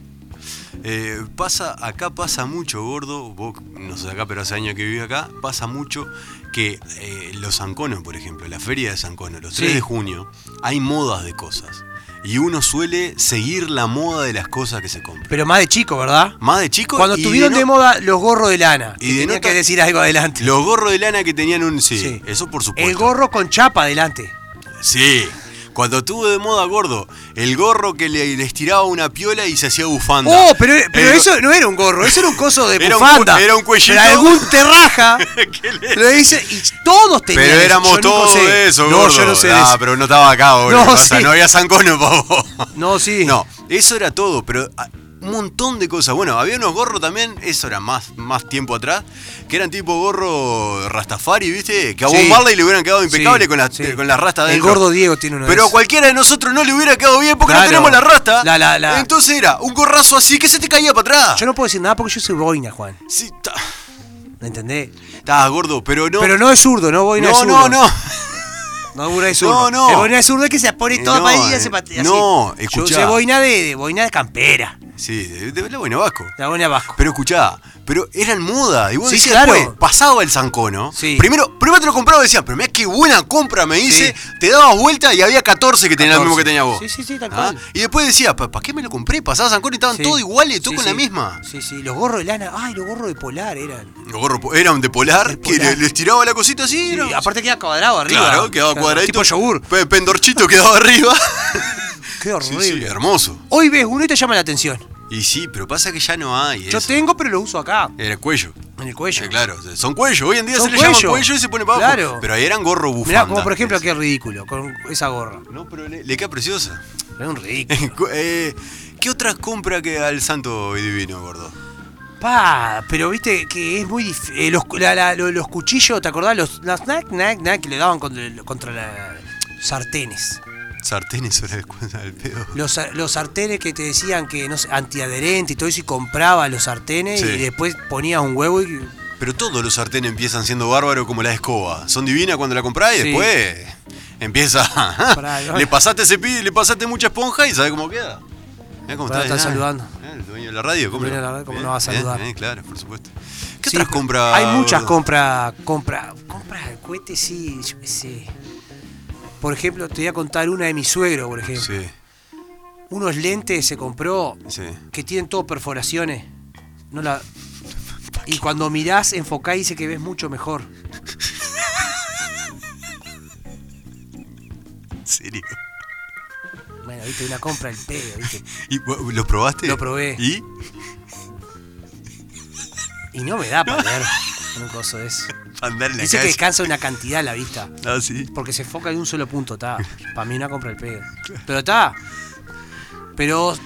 Speaker 4: Eh, pasa, acá pasa mucho, gordo, vos no sos de acá, pero hace años que viví acá, pasa mucho que eh, los Zanconos, por ejemplo, la feria de Zanconos, los 3
Speaker 5: Sí.
Speaker 4: de junio, hay modas de cosas. Y uno suele seguir la moda de las cosas que se compran.
Speaker 5: Pero más de chico, ¿verdad?
Speaker 4: Más de chico
Speaker 5: Cuando
Speaker 4: y
Speaker 5: estuvieron
Speaker 4: no-
Speaker 5: de moda los gorros de lana,
Speaker 4: y
Speaker 5: y
Speaker 4: de
Speaker 5: tenía
Speaker 4: nota-
Speaker 5: que decir algo adelante.
Speaker 4: Los gorros de lana que tenían un... Sí,
Speaker 5: Sí.
Speaker 4: eso por supuesto.
Speaker 5: El gorro con chapa adelante.
Speaker 4: Sí. Cuando estuvo de moda gordo, el gorro que le, les tiraba una piola y se hacía bufanda.
Speaker 5: Oh, pero, pero
Speaker 4: El go-
Speaker 5: eso no era un gorro, eso era un coso de
Speaker 4: Era un cu-
Speaker 5: bufanda.
Speaker 4: era un cuellito.
Speaker 5: Pero algún terraja
Speaker 4: ¿Qué le-
Speaker 5: lo dice y todos tenían.
Speaker 4: Pero
Speaker 5: eso, yo
Speaker 4: éramos
Speaker 5: nunca
Speaker 4: todos
Speaker 5: usé.
Speaker 4: de eso,
Speaker 5: No,
Speaker 4: gordo.
Speaker 5: yo no sé de
Speaker 4: Ah,
Speaker 5: eso.
Speaker 4: pero no estaba acá, gordo.
Speaker 5: No,
Speaker 4: ¿Qué pasa?
Speaker 5: sí.
Speaker 4: no había zancono para vos.
Speaker 5: No, sí.
Speaker 4: No, eso era todo, pero ah, un montón de cosas. Bueno, había unos gorros también, eso era más, más tiempo atrás, que eran tipo gorro Rastafari, ¿viste? Que a Bob
Speaker 5: Sí.
Speaker 4: Marley le hubieran quedado impecable
Speaker 5: Sí,
Speaker 4: con, las
Speaker 5: sí.
Speaker 4: con las rastas
Speaker 5: El
Speaker 4: dentro.
Speaker 5: gordo Diego tiene uno de
Speaker 4: Pero a
Speaker 5: esos.
Speaker 4: cualquiera de nosotros no le hubiera quedado bien porque no
Speaker 5: Claro.
Speaker 4: tenemos la rasta.
Speaker 5: La- la- la-
Speaker 4: Entonces era un gorrazo así que se te caía para atrás.
Speaker 5: Yo no puedo decir nada porque yo soy boina, Juan.
Speaker 4: Sí, ta-
Speaker 5: ¿Me entendés?
Speaker 4: estaba gordo, pero no.
Speaker 5: Pero no es zurdo, no boina es
Speaker 4: no, no,
Speaker 5: zurdo.
Speaker 4: no.
Speaker 5: No, boina es
Speaker 4: No,
Speaker 5: zurdo.
Speaker 4: no.
Speaker 5: El boina es zurdo es que se pone toda
Speaker 4: No,
Speaker 5: para ahí y hace
Speaker 4: eh,
Speaker 5: pat- así.
Speaker 4: no,
Speaker 5: Yo
Speaker 4: escuchá.
Speaker 5: usé boina de, de boina de campera.
Speaker 4: Sí, de, de la buena Vasco.
Speaker 5: La boina vasco.
Speaker 4: Pero escuchá, pero eran moda. Y vos
Speaker 5: Sí,
Speaker 4: decías,
Speaker 5: claro.
Speaker 4: después, pasaba el zancono.
Speaker 5: Sí.
Speaker 4: Primero, primero te lo compraba y decías, pero mirá qué buena compra me hice. Te dabas vuelta y había 14 que tenían lo mismo que
Speaker 5: 14.
Speaker 4: tenía vos.
Speaker 5: Sí, sí, sí, tal
Speaker 4: Ah,
Speaker 5: cual.
Speaker 4: Y después decías, ¿para qué me lo compré? Pasaba zancono y estaban
Speaker 5: Sí.
Speaker 4: todos iguales, todos
Speaker 5: Sí,
Speaker 4: con la
Speaker 5: sí.
Speaker 4: misma.
Speaker 5: Sí, sí, los gorros de lana. Ay, los gorros de polar eran.
Speaker 4: Los gorros po- eran de polar,
Speaker 5: De
Speaker 4: que
Speaker 5: polar.
Speaker 4: le- les tiraba la cosita así.
Speaker 5: Sí,
Speaker 4: era-
Speaker 5: aparte queda cuadrado arriba.
Speaker 4: Claro, quedaba cuadradito.
Speaker 5: Tipo yogur.
Speaker 4: Pe- Pendorchito quedaba arriba. Sí,
Speaker 5: Qué horrible.
Speaker 4: sí, hermoso.
Speaker 5: Hoy ves uno y te llama la atención.
Speaker 4: Y sí, pero pasa que ya no hay.
Speaker 5: Yo
Speaker 4: eso.
Speaker 5: tengo, pero lo uso acá,
Speaker 4: Era cuello.
Speaker 5: en el cuello.
Speaker 4: Eh, claro, son cuellos. Hoy en día
Speaker 5: Son
Speaker 4: se le llama
Speaker 5: cuello.
Speaker 4: cuello y se pone para abajo.
Speaker 5: Claro.
Speaker 4: Pero ahí eran gorro bufanda.
Speaker 5: Mirá, como por ejemplo, qué ridículo, con esa gorra.
Speaker 4: No, pero le, le queda preciosa.
Speaker 5: Es un ridículo.
Speaker 4: Cu- eh, ¿Qué otras compra que al santo y divino, gordo?
Speaker 5: Pa, pero viste que es muy difícil. los, la- la- lo- los cuchillos, ¿te acordás? Los, las knack, knack, knack que le daban contra, el- contra la. sartenes.
Speaker 4: Sartenes era el cuento del pedo.
Speaker 5: Los, sa- los sartenes que te decían que no sé, antiadherente y todo eso, y comprabas los sartenes
Speaker 4: Sí.
Speaker 5: y después ponías un huevo y.
Speaker 4: Pero todos los sartenes empiezan siendo bárbaros como la escoba. Son divinas cuando la comprás y
Speaker 5: Sí.
Speaker 4: después empieza.
Speaker 5: Pará,
Speaker 4: le pasaste cepillo, le pasaste mucha esponja y sabes cómo queda. Mirá cómo
Speaker 5: Pará,
Speaker 4: está,
Speaker 5: están
Speaker 4: mirá.
Speaker 5: saludando.
Speaker 4: Mirá, El dueño de la radio, ¿cómo, eh,
Speaker 5: dueño de la radio, ¿cómo no va a saludar?
Speaker 4: claro, por supuesto. ¿Qué
Speaker 5: Sí,
Speaker 4: otras compras?
Speaker 5: Hay muchas
Speaker 4: gordo?
Speaker 5: compras. Compras compras de cohetes, sí, yo qué sé. Por ejemplo, te voy a contar una de mi suegro, por ejemplo.
Speaker 4: Sí,
Speaker 5: Unos lentes se compró
Speaker 4: sí.
Speaker 5: que tienen todo perforaciones. No la... Y cuando mirás, enfocás y dice que ves mucho mejor.
Speaker 4: ¿En serio?
Speaker 5: Bueno, viste, una compra del pedo, viste.
Speaker 4: ¿Y, vos- ¿Lo probaste?
Speaker 5: Lo probé.
Speaker 4: ¿Y?
Speaker 5: Y no me da para ver un coso de eso.
Speaker 4: Pa' andar en la
Speaker 5: Dice que
Speaker 4: calle.
Speaker 5: descansa una cantidad a la vista.
Speaker 4: Ah, sí.
Speaker 5: Porque se enfoca en un solo punto, está. Para mí una compra el pedo. Pero está. Pero eh,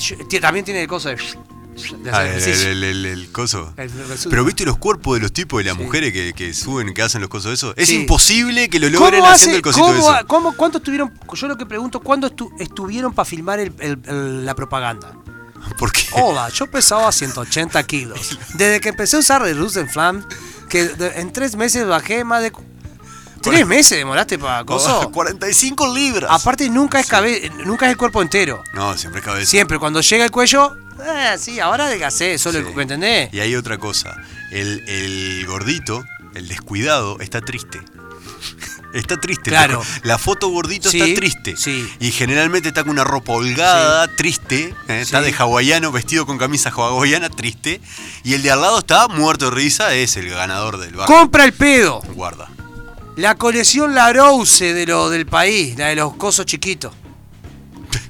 Speaker 5: yo- ti- también tiene cosas de, de
Speaker 4: Ah,
Speaker 5: hacer
Speaker 4: el,
Speaker 5: ejercicio.
Speaker 4: el- el- el coso.
Speaker 5: El- el- el-
Speaker 4: Pero viste los cuerpos de los tipos de las
Speaker 5: Sí.
Speaker 4: mujeres que, que suben, que hacen los cosos de eso. Es
Speaker 5: Sí.
Speaker 4: imposible que lo
Speaker 5: ¿Cómo
Speaker 4: logren
Speaker 5: hace-
Speaker 4: haciendo el cosito de
Speaker 5: cómo
Speaker 4: eso.
Speaker 5: ha- cómo- ¿Cuánto estuvieron? Yo lo que pregunto, ¿cuándo estu- estuvieron para filmar el- el- el- la propaganda?
Speaker 4: Porque
Speaker 5: Hola, yo pesaba 180 kilos. Desde que empecé a usar el Rosenflam, que de- en tres meses bajé más de. cu- ¿Tres meses demoraste para coso?
Speaker 4: 45 libras.
Speaker 5: Aparte, nunca es, cabe- nunca es el cuerpo entero.
Speaker 4: no, siempre es cabeza.
Speaker 5: Siempre, cuando llega el cuello, eh, sí, ahora adelgacé, solo el
Speaker 4: Sí.
Speaker 5: cu- ¿me entendés?
Speaker 4: Y hay otra cosa. El, el gordito, el descuidado, está triste. Está triste.
Speaker 5: Claro.
Speaker 4: La, la foto gordito
Speaker 5: Sí,
Speaker 4: está triste.
Speaker 5: sí.
Speaker 4: Y generalmente está con una ropa holgada, triste. eh, Está
Speaker 5: Sí.
Speaker 4: de hawaiano, vestido con camisa hawaiana, triste. Y el de al lado está muerto de risa, es el ganador del barco.
Speaker 5: Compra el pedo.
Speaker 4: Guarda.
Speaker 5: La colección Larouse de lo, del país, la de los cosos chiquitos.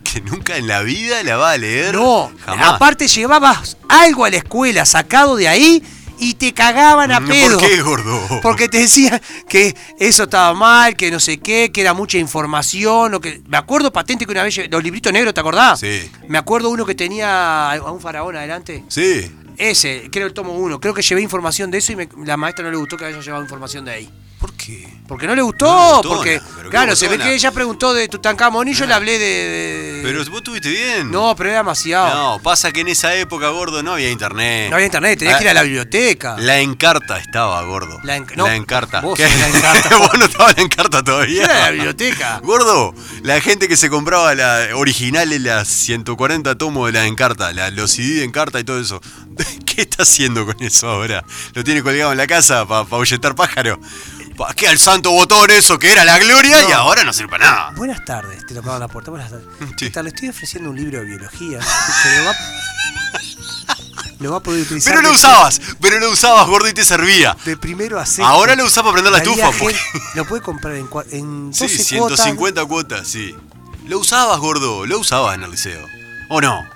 Speaker 4: Que nunca en la vida la va a leer.
Speaker 5: No,
Speaker 4: jamás.
Speaker 5: aparte llevabas algo a la escuela sacado de ahí y te cagaban a
Speaker 4: Mm,
Speaker 5: pedo.
Speaker 4: ¿Por qué, gordo?
Speaker 5: Porque te decían que eso estaba mal, que no sé qué, que era mucha información. O que... Me acuerdo patente que una vez llevé- los libritos negros, ¿te acordás?
Speaker 4: Sí.
Speaker 5: Me acuerdo uno que tenía a un faraón adelante.
Speaker 4: Sí.
Speaker 5: Ese, creo el tomo uno. Creo que llevé información de eso y me- la maestra no le gustó que haya llevado información de ahí.
Speaker 4: ¿Por qué?
Speaker 5: Porque no le gustó,
Speaker 4: No le gustó,
Speaker 5: porque
Speaker 4: no, pero qué
Speaker 5: claro, se ve
Speaker 4: botona. Ah.
Speaker 5: que ella preguntó de Tutankamón y yo le hablé de, de-
Speaker 4: Pero vos estuviste bien.
Speaker 5: No, pero era demasiado.
Speaker 4: No, pasa que en esa época, gordo, no había internet.
Speaker 5: No, había internet, tenías
Speaker 4: Ah,
Speaker 5: que ir a la biblioteca.
Speaker 4: La encarta estaba, gordo.
Speaker 5: La en- no,
Speaker 4: encarta.
Speaker 5: vos
Speaker 4: ¿Qué?
Speaker 5: sos la encarta.
Speaker 4: vos no estabas en la encarta todavía.
Speaker 5: Era la biblioteca.
Speaker 4: Gordo, la gente que se compraba la original y las 140 tomos de la encarta, la, los CD de encarta y todo eso. ¿Qué está haciendo con eso ahora? ¿Lo tiene colgado en la casa para ahuyentar pájaro? ¿Para qué al santo botón eso que era la gloria y ahora no sirve para nada?
Speaker 5: Buenas tardes, te tocaban la puerta. Buenas tardes.
Speaker 4: Mm, Sí.
Speaker 5: ¿Qué tal? Le estoy ofreciendo un libro de biología. que lo va, lo va a poder utilizar.
Speaker 4: Pero lo
Speaker 5: de-
Speaker 4: usabas, pero lo usabas, gordo, y te servía.
Speaker 5: De primero a sexto.
Speaker 4: Ahora lo usás para prender la
Speaker 5: Daría
Speaker 4: estufa.
Speaker 5: gen-
Speaker 4: porque-
Speaker 5: Lo puede comprar en, cua- en 12
Speaker 4: Sí,
Speaker 5: cuotas.
Speaker 4: 150 cuotas, sí. Lo usabas, gordo, lo usabas en el liceo. ¿O no?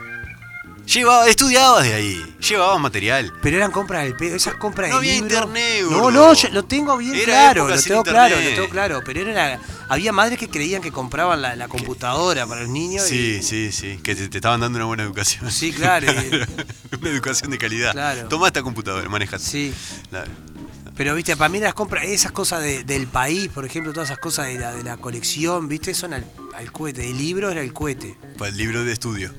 Speaker 4: Llevaba, estudiabas de ahí, llevabas material.
Speaker 5: Pero eran compras del pedo, esas compras
Speaker 4: No
Speaker 5: de
Speaker 4: había
Speaker 5: libro.
Speaker 4: internet,
Speaker 5: No,
Speaker 4: gordo.
Speaker 5: no, yo lo tengo bien
Speaker 4: Era
Speaker 5: claro,
Speaker 4: época
Speaker 5: lo
Speaker 4: sin
Speaker 5: tengo claro, lo
Speaker 4: internet.
Speaker 5: tengo claro. Pero era la- había madres que creían que compraban la, la computadora para los niños.
Speaker 4: Sí,
Speaker 5: y-
Speaker 4: sí, sí, que te, te estaban dando una buena educación.
Speaker 5: Sí, claro, y-
Speaker 4: una educación de calidad.
Speaker 5: Claro.
Speaker 4: Toma esta computadora, maneja.
Speaker 5: sí.
Speaker 4: La-
Speaker 5: Pero viste, para mí las compras, esas cosas de- del país, por ejemplo, todas esas cosas de la, de la colección, viste, son al, al cohete. El libro era el cohete.
Speaker 4: para el libro de estudio.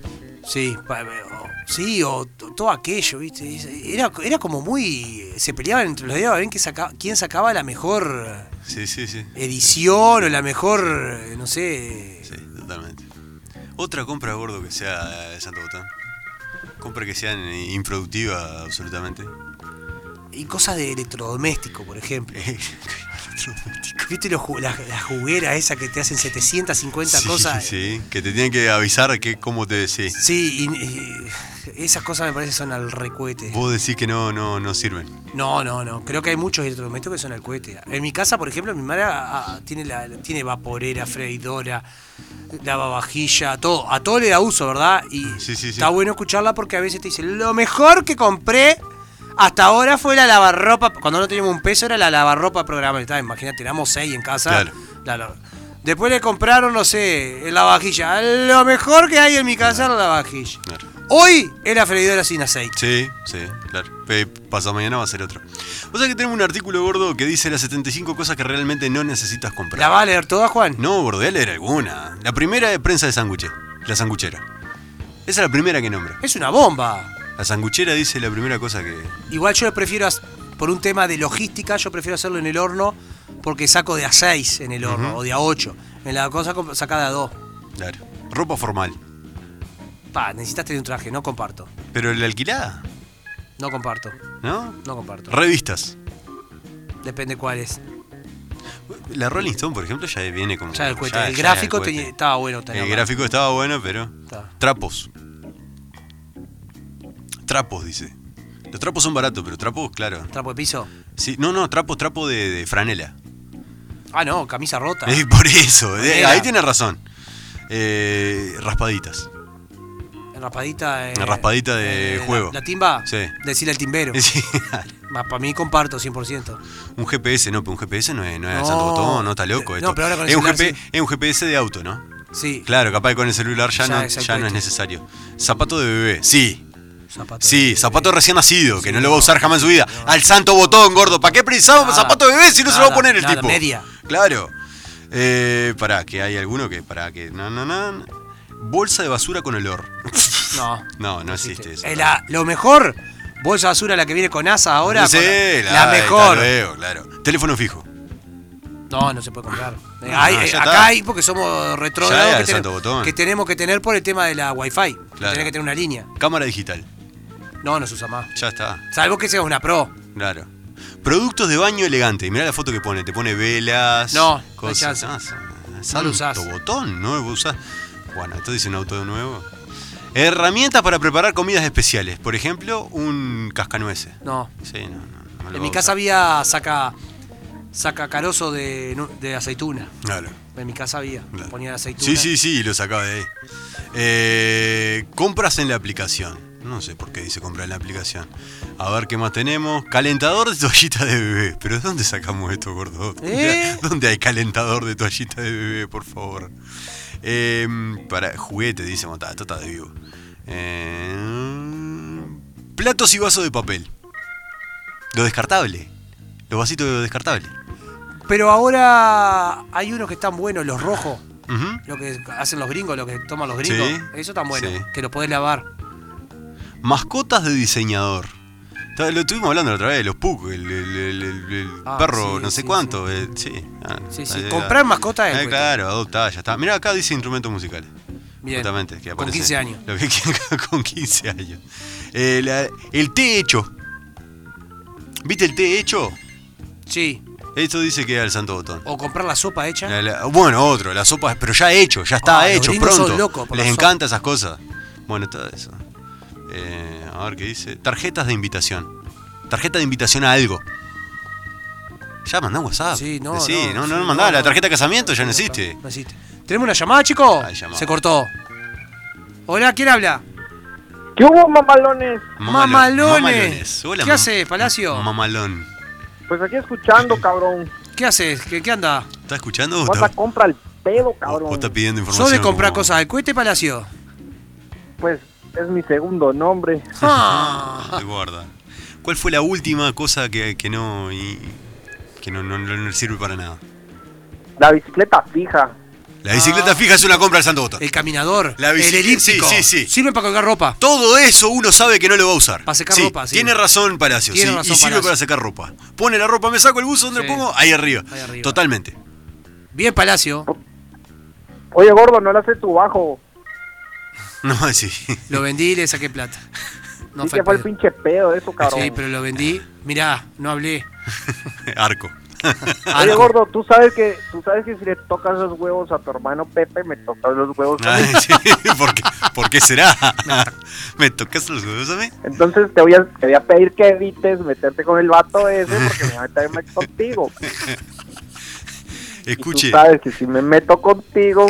Speaker 5: Sí, pa- eh, o- sí, o to- todo aquello, viste. es- Era, era como muy. Se peleaban entre los dedos a ver quién saca- quién sacaba la mejor.
Speaker 4: Sí, sí, sí.
Speaker 5: edición o la mejor, eh, no sé.
Speaker 4: Sí, totalmente. Otra compra, gordo, que sea de Santo Botán. Compra que sea improductiva, absolutamente.
Speaker 5: Y cosas de electrodoméstico, por ejemplo. ¿Viste los ju- la, la juguera esa que te hacen 750
Speaker 4: sí,
Speaker 5: cosas? eh. Sí,
Speaker 4: Sí, que te tienen que avisar que cómo te decís.
Speaker 5: y, y esas cosas me parece son al recuete.
Speaker 4: Vos decís que no, no, no sirven.
Speaker 5: No, no, no. Creo que hay muchos electrodomésticos que son al cohete. En mi casa, por ejemplo, mi madre ah, tiene, la, tiene vaporera, freidora, lavavajilla, todo. A todo le da uso, ¿verdad? Y
Speaker 4: Sí, sí, sí.
Speaker 5: está bueno escucharla porque a veces te dice, lo mejor que compré hasta ahora fue la lavarropa. Cuando no teníamos un peso era la lavarropa programada. Está, Imagínate, éramos seis en casa.
Speaker 4: Claro.
Speaker 5: La lava- Después le compraron, no sé, la lavavajilla. Lo mejor que hay en mi casa era la lavavajilla.
Speaker 4: Claro.
Speaker 5: Hoy es la freidora sin aceite.
Speaker 4: Sí, sí, claro. Eh, Pasado mañana va a ser otro. O sea que tenemos un artículo gordo que dice las 75 cosas que realmente no necesitas comprar.
Speaker 5: ¿La va a leer toda, Juan?
Speaker 4: No, gordo, voy a leer alguna. La primera de prensa de sándwiches. La sanguchera. Esa es la primera que nombra.
Speaker 5: Es una bomba.
Speaker 4: La sanguchera dice la primera cosa que.
Speaker 5: Igual yo prefiero, as- por un tema de logística, yo prefiero hacerlo en el horno porque saco de a 6 en el horno o de a 8. En la cosa comp- saca de a 2.
Speaker 4: Claro. Ropa formal.
Speaker 5: Pa, necesitaste de un traje, no comparto.
Speaker 4: Pero la alquilada,
Speaker 5: No comparto,
Speaker 4: ¿no?
Speaker 5: no comparto.
Speaker 4: Revistas.
Speaker 5: Depende cuál es.
Speaker 4: La Rolling Stone, por ejemplo, ya viene como.
Speaker 5: Ya el cohete.
Speaker 4: ya-
Speaker 5: el
Speaker 4: ya
Speaker 5: gráfico
Speaker 4: cohete.
Speaker 5: tenía- estaba bueno tenía
Speaker 4: El
Speaker 5: mal.
Speaker 4: gráfico estaba bueno, pero.
Speaker 5: Está.
Speaker 4: Trapos. Trapos, dice. Los trapos son baratos, pero trapos, claro.
Speaker 5: ¿Trapo de piso?
Speaker 4: Sí, no, no, trapo, trapo de, de franela.
Speaker 5: Ah, no, camisa rota.
Speaker 4: Eh, por eso, eh,
Speaker 5: Franela.
Speaker 4: ahí tienes razón. Eh, raspaditas.
Speaker 5: Raspadita. eh,
Speaker 4: Una raspadita de
Speaker 5: la-
Speaker 4: juego.
Speaker 5: La, timba.
Speaker 4: Sí.
Speaker 5: Decirle al timbero.
Speaker 4: Sí,
Speaker 5: Para mí comparto 100%.
Speaker 4: un GPS, no, pero un GPS no es, no es
Speaker 5: No.
Speaker 4: santo botón, no está loco.
Speaker 5: No,
Speaker 4: esto.
Speaker 5: pero ahora con el
Speaker 4: es, un
Speaker 5: celular,
Speaker 4: GP
Speaker 5: sí.
Speaker 4: es un GPS de auto, ¿no?
Speaker 5: Sí.
Speaker 4: Claro, capaz que con el celular ya, no,
Speaker 5: Ya,
Speaker 4: ya no
Speaker 5: exactamente.
Speaker 4: es necesario. Zapato de bebé, sí.
Speaker 5: Zapato
Speaker 4: Sí,
Speaker 5: de-
Speaker 4: zapato recién nacido, que
Speaker 5: Sí,
Speaker 4: no lo va a usar
Speaker 5: no,
Speaker 4: jamás en su vida.
Speaker 5: no.
Speaker 4: Al santo botón, gordo. ¿Para qué precisamos
Speaker 5: Nada,
Speaker 4: zapato de bebé si no se lo va a
Speaker 5: nada,
Speaker 4: poner el
Speaker 5: nada,
Speaker 4: tipo?
Speaker 5: media.
Speaker 4: Claro. Eh, pará, que hay alguno que. Pará, que. No, no, no. Bolsa de basura con olor.
Speaker 5: No.
Speaker 4: No, no existe eso.
Speaker 5: Eh, la- lo mejor, bolsa de basura la que viene con asa ahora.
Speaker 4: Sí,
Speaker 5: con-
Speaker 4: la,
Speaker 5: la, mejor.
Speaker 4: Veo, claro. Teléfono fijo.
Speaker 5: No, no se puede comprar. Eh,
Speaker 4: Ah,
Speaker 5: hay-
Speaker 4: ya
Speaker 5: eh,
Speaker 4: está.
Speaker 5: acá hay porque somos retrógrados
Speaker 4: Ya,
Speaker 5: que,
Speaker 4: el santo
Speaker 5: tenemos-
Speaker 4: botón.
Speaker 5: que tenemos que tener por el tema de la wifi. fi
Speaker 4: Claro.
Speaker 5: Tenés que tener una línea.
Speaker 4: Cámara digital.
Speaker 5: No, no se usa más.
Speaker 4: Ya está.
Speaker 5: Salvo que seas una pro.
Speaker 4: Claro. Productos de baño elegante. Y mirá la foto que pone. Te pone velas.
Speaker 5: No, no hay
Speaker 4: cosas.
Speaker 5: chance.
Speaker 4: Ah,
Speaker 5: No lo
Speaker 4: santo
Speaker 5: usás.
Speaker 4: botón, no lo usás. Bueno, esto dice un auto nuevo. Herramientas para preparar comidas especiales. Por ejemplo, un cascanueces.
Speaker 5: No.
Speaker 4: Sí, no, no, no lo
Speaker 5: En mi
Speaker 4: va a
Speaker 5: casa
Speaker 4: usar.
Speaker 5: había saca, saca carozo de, nu- de aceituna.
Speaker 4: Claro.
Speaker 5: En mi casa había.
Speaker 4: Claro.
Speaker 5: Ponía aceituna.
Speaker 4: Sí, sí, sí, lo sacaba de ahí. Eh, compras en la aplicación. No sé por qué dice comprar en la aplicación. A ver qué más tenemos. Calentador de toallita de bebé. ¿Pero de dónde sacamos esto, gordo? ¿Dónde,
Speaker 5: ¿Eh?
Speaker 4: dónde hay calentador de toallita de bebé, por favor? Eh, para juguete, dice Mota. Esto está de vivo. Eh, platos y vasos de papel. Lo descartable. Los vasitos de lo descartable.
Speaker 5: Pero ahora hay unos que están buenos, los rojos.
Speaker 4: Ujú.
Speaker 5: Lo que hacen los gringos, lo que toman los gringos.
Speaker 4: Sí.
Speaker 5: Eso está bueno.
Speaker 4: Sí.
Speaker 5: Que los podés lavar.
Speaker 4: Mascotas de diseñador. Ta- Lo estuvimos hablando la otra vez, los Pug, el, el- el- el- el
Speaker 5: Ah,
Speaker 4: perro,
Speaker 5: sí,
Speaker 4: no sé
Speaker 5: sí,
Speaker 4: cuánto. eh, Sí, Ah,
Speaker 5: Sí,
Speaker 4: está
Speaker 5: sí.
Speaker 4: bien.
Speaker 5: Comprar mascotas es
Speaker 4: Eh,
Speaker 5: cuestión.
Speaker 4: claro, adoptar, ya está. Mirá, acá dice instrumentos musicales.
Speaker 5: Bien.
Speaker 4: Justamente, que
Speaker 5: Con
Speaker 4: aparece
Speaker 5: 15 años.
Speaker 4: Lo que quiera con 15 años. Eh, la- el té hecho. ¿Viste el té hecho?
Speaker 5: Sí.
Speaker 4: Esto dice que era el santo botón.
Speaker 5: O comprar la sopa hecha.
Speaker 4: La- la- bueno, otro, la sopa, pero ya hecho, ya está
Speaker 5: Ah, los
Speaker 4: hecho,
Speaker 5: gringos son
Speaker 4: pronto.
Speaker 5: locos por
Speaker 4: Les
Speaker 5: la sopa.
Speaker 4: encanta esas cosas. Bueno, todo eso. Eh, a ver qué dice. Tarjetas de invitación. Tarjeta de invitación a algo. Ya mandá WhatsApp.
Speaker 5: Sí, no,
Speaker 4: Decí, no,
Speaker 5: no,
Speaker 4: no
Speaker 5: sí,
Speaker 4: mandá.
Speaker 5: no,
Speaker 4: la
Speaker 5: no.
Speaker 4: tarjeta de casamiento ya no
Speaker 5: Sí, está,
Speaker 4: existe. Ah,
Speaker 5: No existe. ¿Tenemos una llamada, chicos?
Speaker 4: Hay llamada.
Speaker 5: Se cortó. Hola, ¿quién habla?
Speaker 9: ¿Qué hubo, mamalones?
Speaker 4: Mamalón-
Speaker 5: Mamalones.
Speaker 4: Hola,
Speaker 5: ¿Qué
Speaker 4: mam-
Speaker 5: haces, Palacio?
Speaker 4: Mamalón.
Speaker 9: Pues aquí escuchando, cabrón.
Speaker 5: ¿Qué haces? ¿Qué, qué anda?
Speaker 4: ¿Estás escuchando o
Speaker 9: ¿Cuánta
Speaker 4: estás,
Speaker 9: compra el pedo,
Speaker 4: o- o
Speaker 9: cabrón?
Speaker 4: estás pidiendo información?
Speaker 5: ¿Sos de comprar
Speaker 4: como-
Speaker 5: cosas al cohete, Palacio?
Speaker 9: Pues es mi segundo nombre.
Speaker 5: Ah.
Speaker 4: Te guarda. ¿Cuál fue la última cosa que, que no. y- que no, no- no- no sirve para nada?
Speaker 9: La bicicleta fija.
Speaker 4: La
Speaker 5: Ah.
Speaker 4: bicicleta fija es una compra del santo botón.
Speaker 5: El caminador.
Speaker 4: La
Speaker 5: el
Speaker 4: bici-
Speaker 5: elíptico.
Speaker 4: sí, sí, sí.
Speaker 5: Sirve para colgar ropa.
Speaker 4: Todo eso uno sabe que no lo va a usar.
Speaker 5: Pa' secar
Speaker 4: Sí,
Speaker 5: ropa, sí.
Speaker 4: Tiene razón Palacio.
Speaker 5: Tiene
Speaker 4: sí,
Speaker 5: razón
Speaker 4: y sirve
Speaker 5: Palacio.
Speaker 4: para secar ropa. Pone la ropa, me saco el buzo, ¿dónde
Speaker 5: Sí.
Speaker 4: lo pongo? Ahí arriba.
Speaker 5: Ahí arriba.
Speaker 4: Totalmente.
Speaker 5: Bien, Palacio.
Speaker 9: Oye, gordo, no le haces tu bajo.
Speaker 4: No, sí.
Speaker 5: Lo vendí y le saqué plata. No
Speaker 9: Sí
Speaker 5: fue
Speaker 9: que
Speaker 5: el
Speaker 9: fue el
Speaker 5: pedo.
Speaker 9: pinche pedo de eso, cabrón.
Speaker 5: Sí, pero lo vendí. Mirá, no hablé.
Speaker 4: Arco.
Speaker 9: Oye,
Speaker 4: Ah,
Speaker 5: Arco.
Speaker 9: gordo, tú sabes que tú sabes que si le tocas los huevos a tu hermano Pepe, me tocas los huevos a mí.
Speaker 4: Ay, Ah, sí, ¿Por, qué, por qué será? ¿Me tocas los huevos a mí?
Speaker 9: Entonces te voy, a, te voy a pedir que evites meterte con el vato ese porque me voy a meter más contigo. Y
Speaker 4: Escuche.
Speaker 9: Tú sabes que si me meto contigo,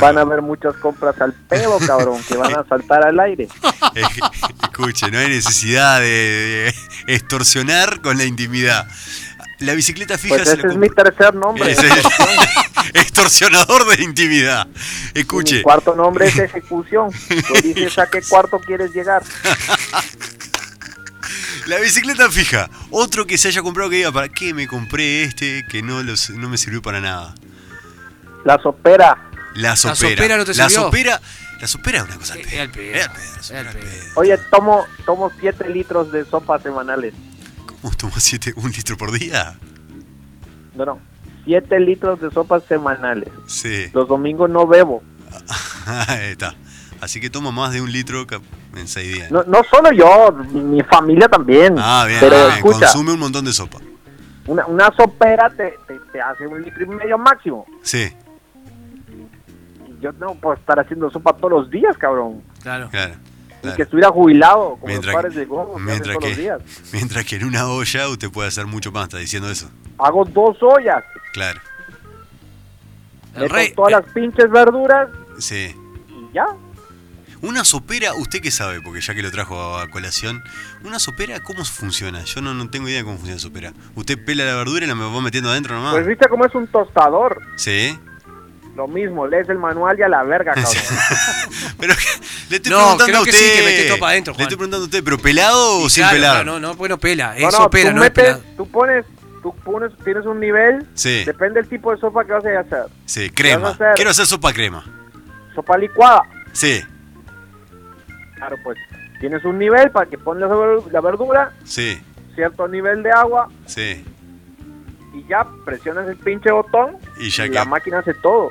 Speaker 9: van a haber muchas compras al pedo, cabrón, que van a saltar al aire.
Speaker 4: Eh, Escuche, no hay necesidad de, de extorsionar con la intimidad. La bicicleta fija
Speaker 9: Pues
Speaker 4: se la
Speaker 9: ese es mi
Speaker 4: compra-
Speaker 9: tercer nombre.
Speaker 4: Es el- extorsionador de intimidad.
Speaker 9: Y Mi
Speaker 4: Escuche,
Speaker 9: cuarto nombre es ejecución. Tú dices a qué cuarto quieres llegar.
Speaker 4: la bicicleta fija. Otro que se haya comprado que diga, ¿para qué me compré este que no, los- no me sirvió para nada?
Speaker 9: La sopera.
Speaker 4: La sopera.
Speaker 5: sopera no te
Speaker 4: La
Speaker 5: sirvió.
Speaker 4: sopera, la sopera es una cosa al
Speaker 5: Eh,
Speaker 4: pedo.
Speaker 5: al pedo,
Speaker 4: Era al pedo, la sopera
Speaker 5: era al
Speaker 4: al
Speaker 5: pedo.
Speaker 4: pedo.
Speaker 9: Oye, tomo tomo 7 litros de sopa semanales.
Speaker 4: ¿Cómo tomas siete, un litro por día?
Speaker 9: No, no. 7 litros de sopas semanales.
Speaker 4: Sí.
Speaker 9: Los domingos no bebo.
Speaker 4: Ahí está. Así que toma más de un litro cap- en seis días.
Speaker 9: No, no solo yo, mi, mi familia también.
Speaker 4: Ah, bien,
Speaker 9: Pero
Speaker 4: ah, bien.
Speaker 9: escucha,
Speaker 4: consume un montón de sopa.
Speaker 9: una, una sopera te, te, te hace un litro y medio máximo.
Speaker 4: Sí,
Speaker 9: Y Yo no puedo estar haciendo sopa todos los días, cabrón.
Speaker 5: Claro.
Speaker 4: claro.
Speaker 9: Y
Speaker 4: claro.
Speaker 9: que estuviera jubilado, como
Speaker 4: Mientras,
Speaker 9: los padres de Gogo, que hacen
Speaker 4: mientras
Speaker 9: todos los
Speaker 4: que,
Speaker 9: días.
Speaker 4: mientras que en una olla usted puede hacer mucho más, está diciendo eso.
Speaker 9: Hago dos ollas.
Speaker 4: Claro,
Speaker 5: El
Speaker 9: meto
Speaker 5: rey. Eh,
Speaker 9: todas las pinches verduras
Speaker 4: sí.
Speaker 9: y ya.
Speaker 4: Una sopera, usted que sabe, porque ya que lo trajo a colación, una sopera, ¿cómo funciona? Yo no, no tengo idea de cómo funciona la sopera. Usted pela la verdura y la va metiendo adentro
Speaker 5: Ah.
Speaker 4: nomás.
Speaker 9: Pues viste cómo es un tostador.
Speaker 4: sí.
Speaker 9: Lo mismo, lees el manual y a la verga, cabrón.
Speaker 4: Pero le estoy
Speaker 5: No,
Speaker 4: preguntando
Speaker 5: creo
Speaker 4: a
Speaker 5: que
Speaker 4: usted.
Speaker 5: sí, que mete todo para adentro,
Speaker 4: Le
Speaker 5: Juan.
Speaker 4: estoy preguntando a usted, ¿pero pelado o
Speaker 5: Y
Speaker 4: Uh, sin
Speaker 5: claro,
Speaker 4: pelar?
Speaker 5: No, pues no, bueno, pela.
Speaker 9: No,
Speaker 5: Eso
Speaker 9: no,
Speaker 5: pela,
Speaker 9: tú
Speaker 5: no es
Speaker 9: metes,
Speaker 5: pelado.
Speaker 9: tú pones, tú pones, tienes un nivel.
Speaker 4: Sí.
Speaker 9: Depende del tipo de sopa que vas a hacer.
Speaker 4: Sí, crema.
Speaker 9: Vas a hacer-
Speaker 4: Quiero hacer sopa crema.
Speaker 9: Sopa licuada.
Speaker 4: Sí,
Speaker 9: Claro, pues tienes un nivel para que pones la ver- la verdura,
Speaker 4: sí,
Speaker 9: cierto nivel de agua
Speaker 4: sí.
Speaker 9: y ya presionas el pinche botón
Speaker 4: Y ya
Speaker 9: la
Speaker 4: que-
Speaker 9: máquina hace todo.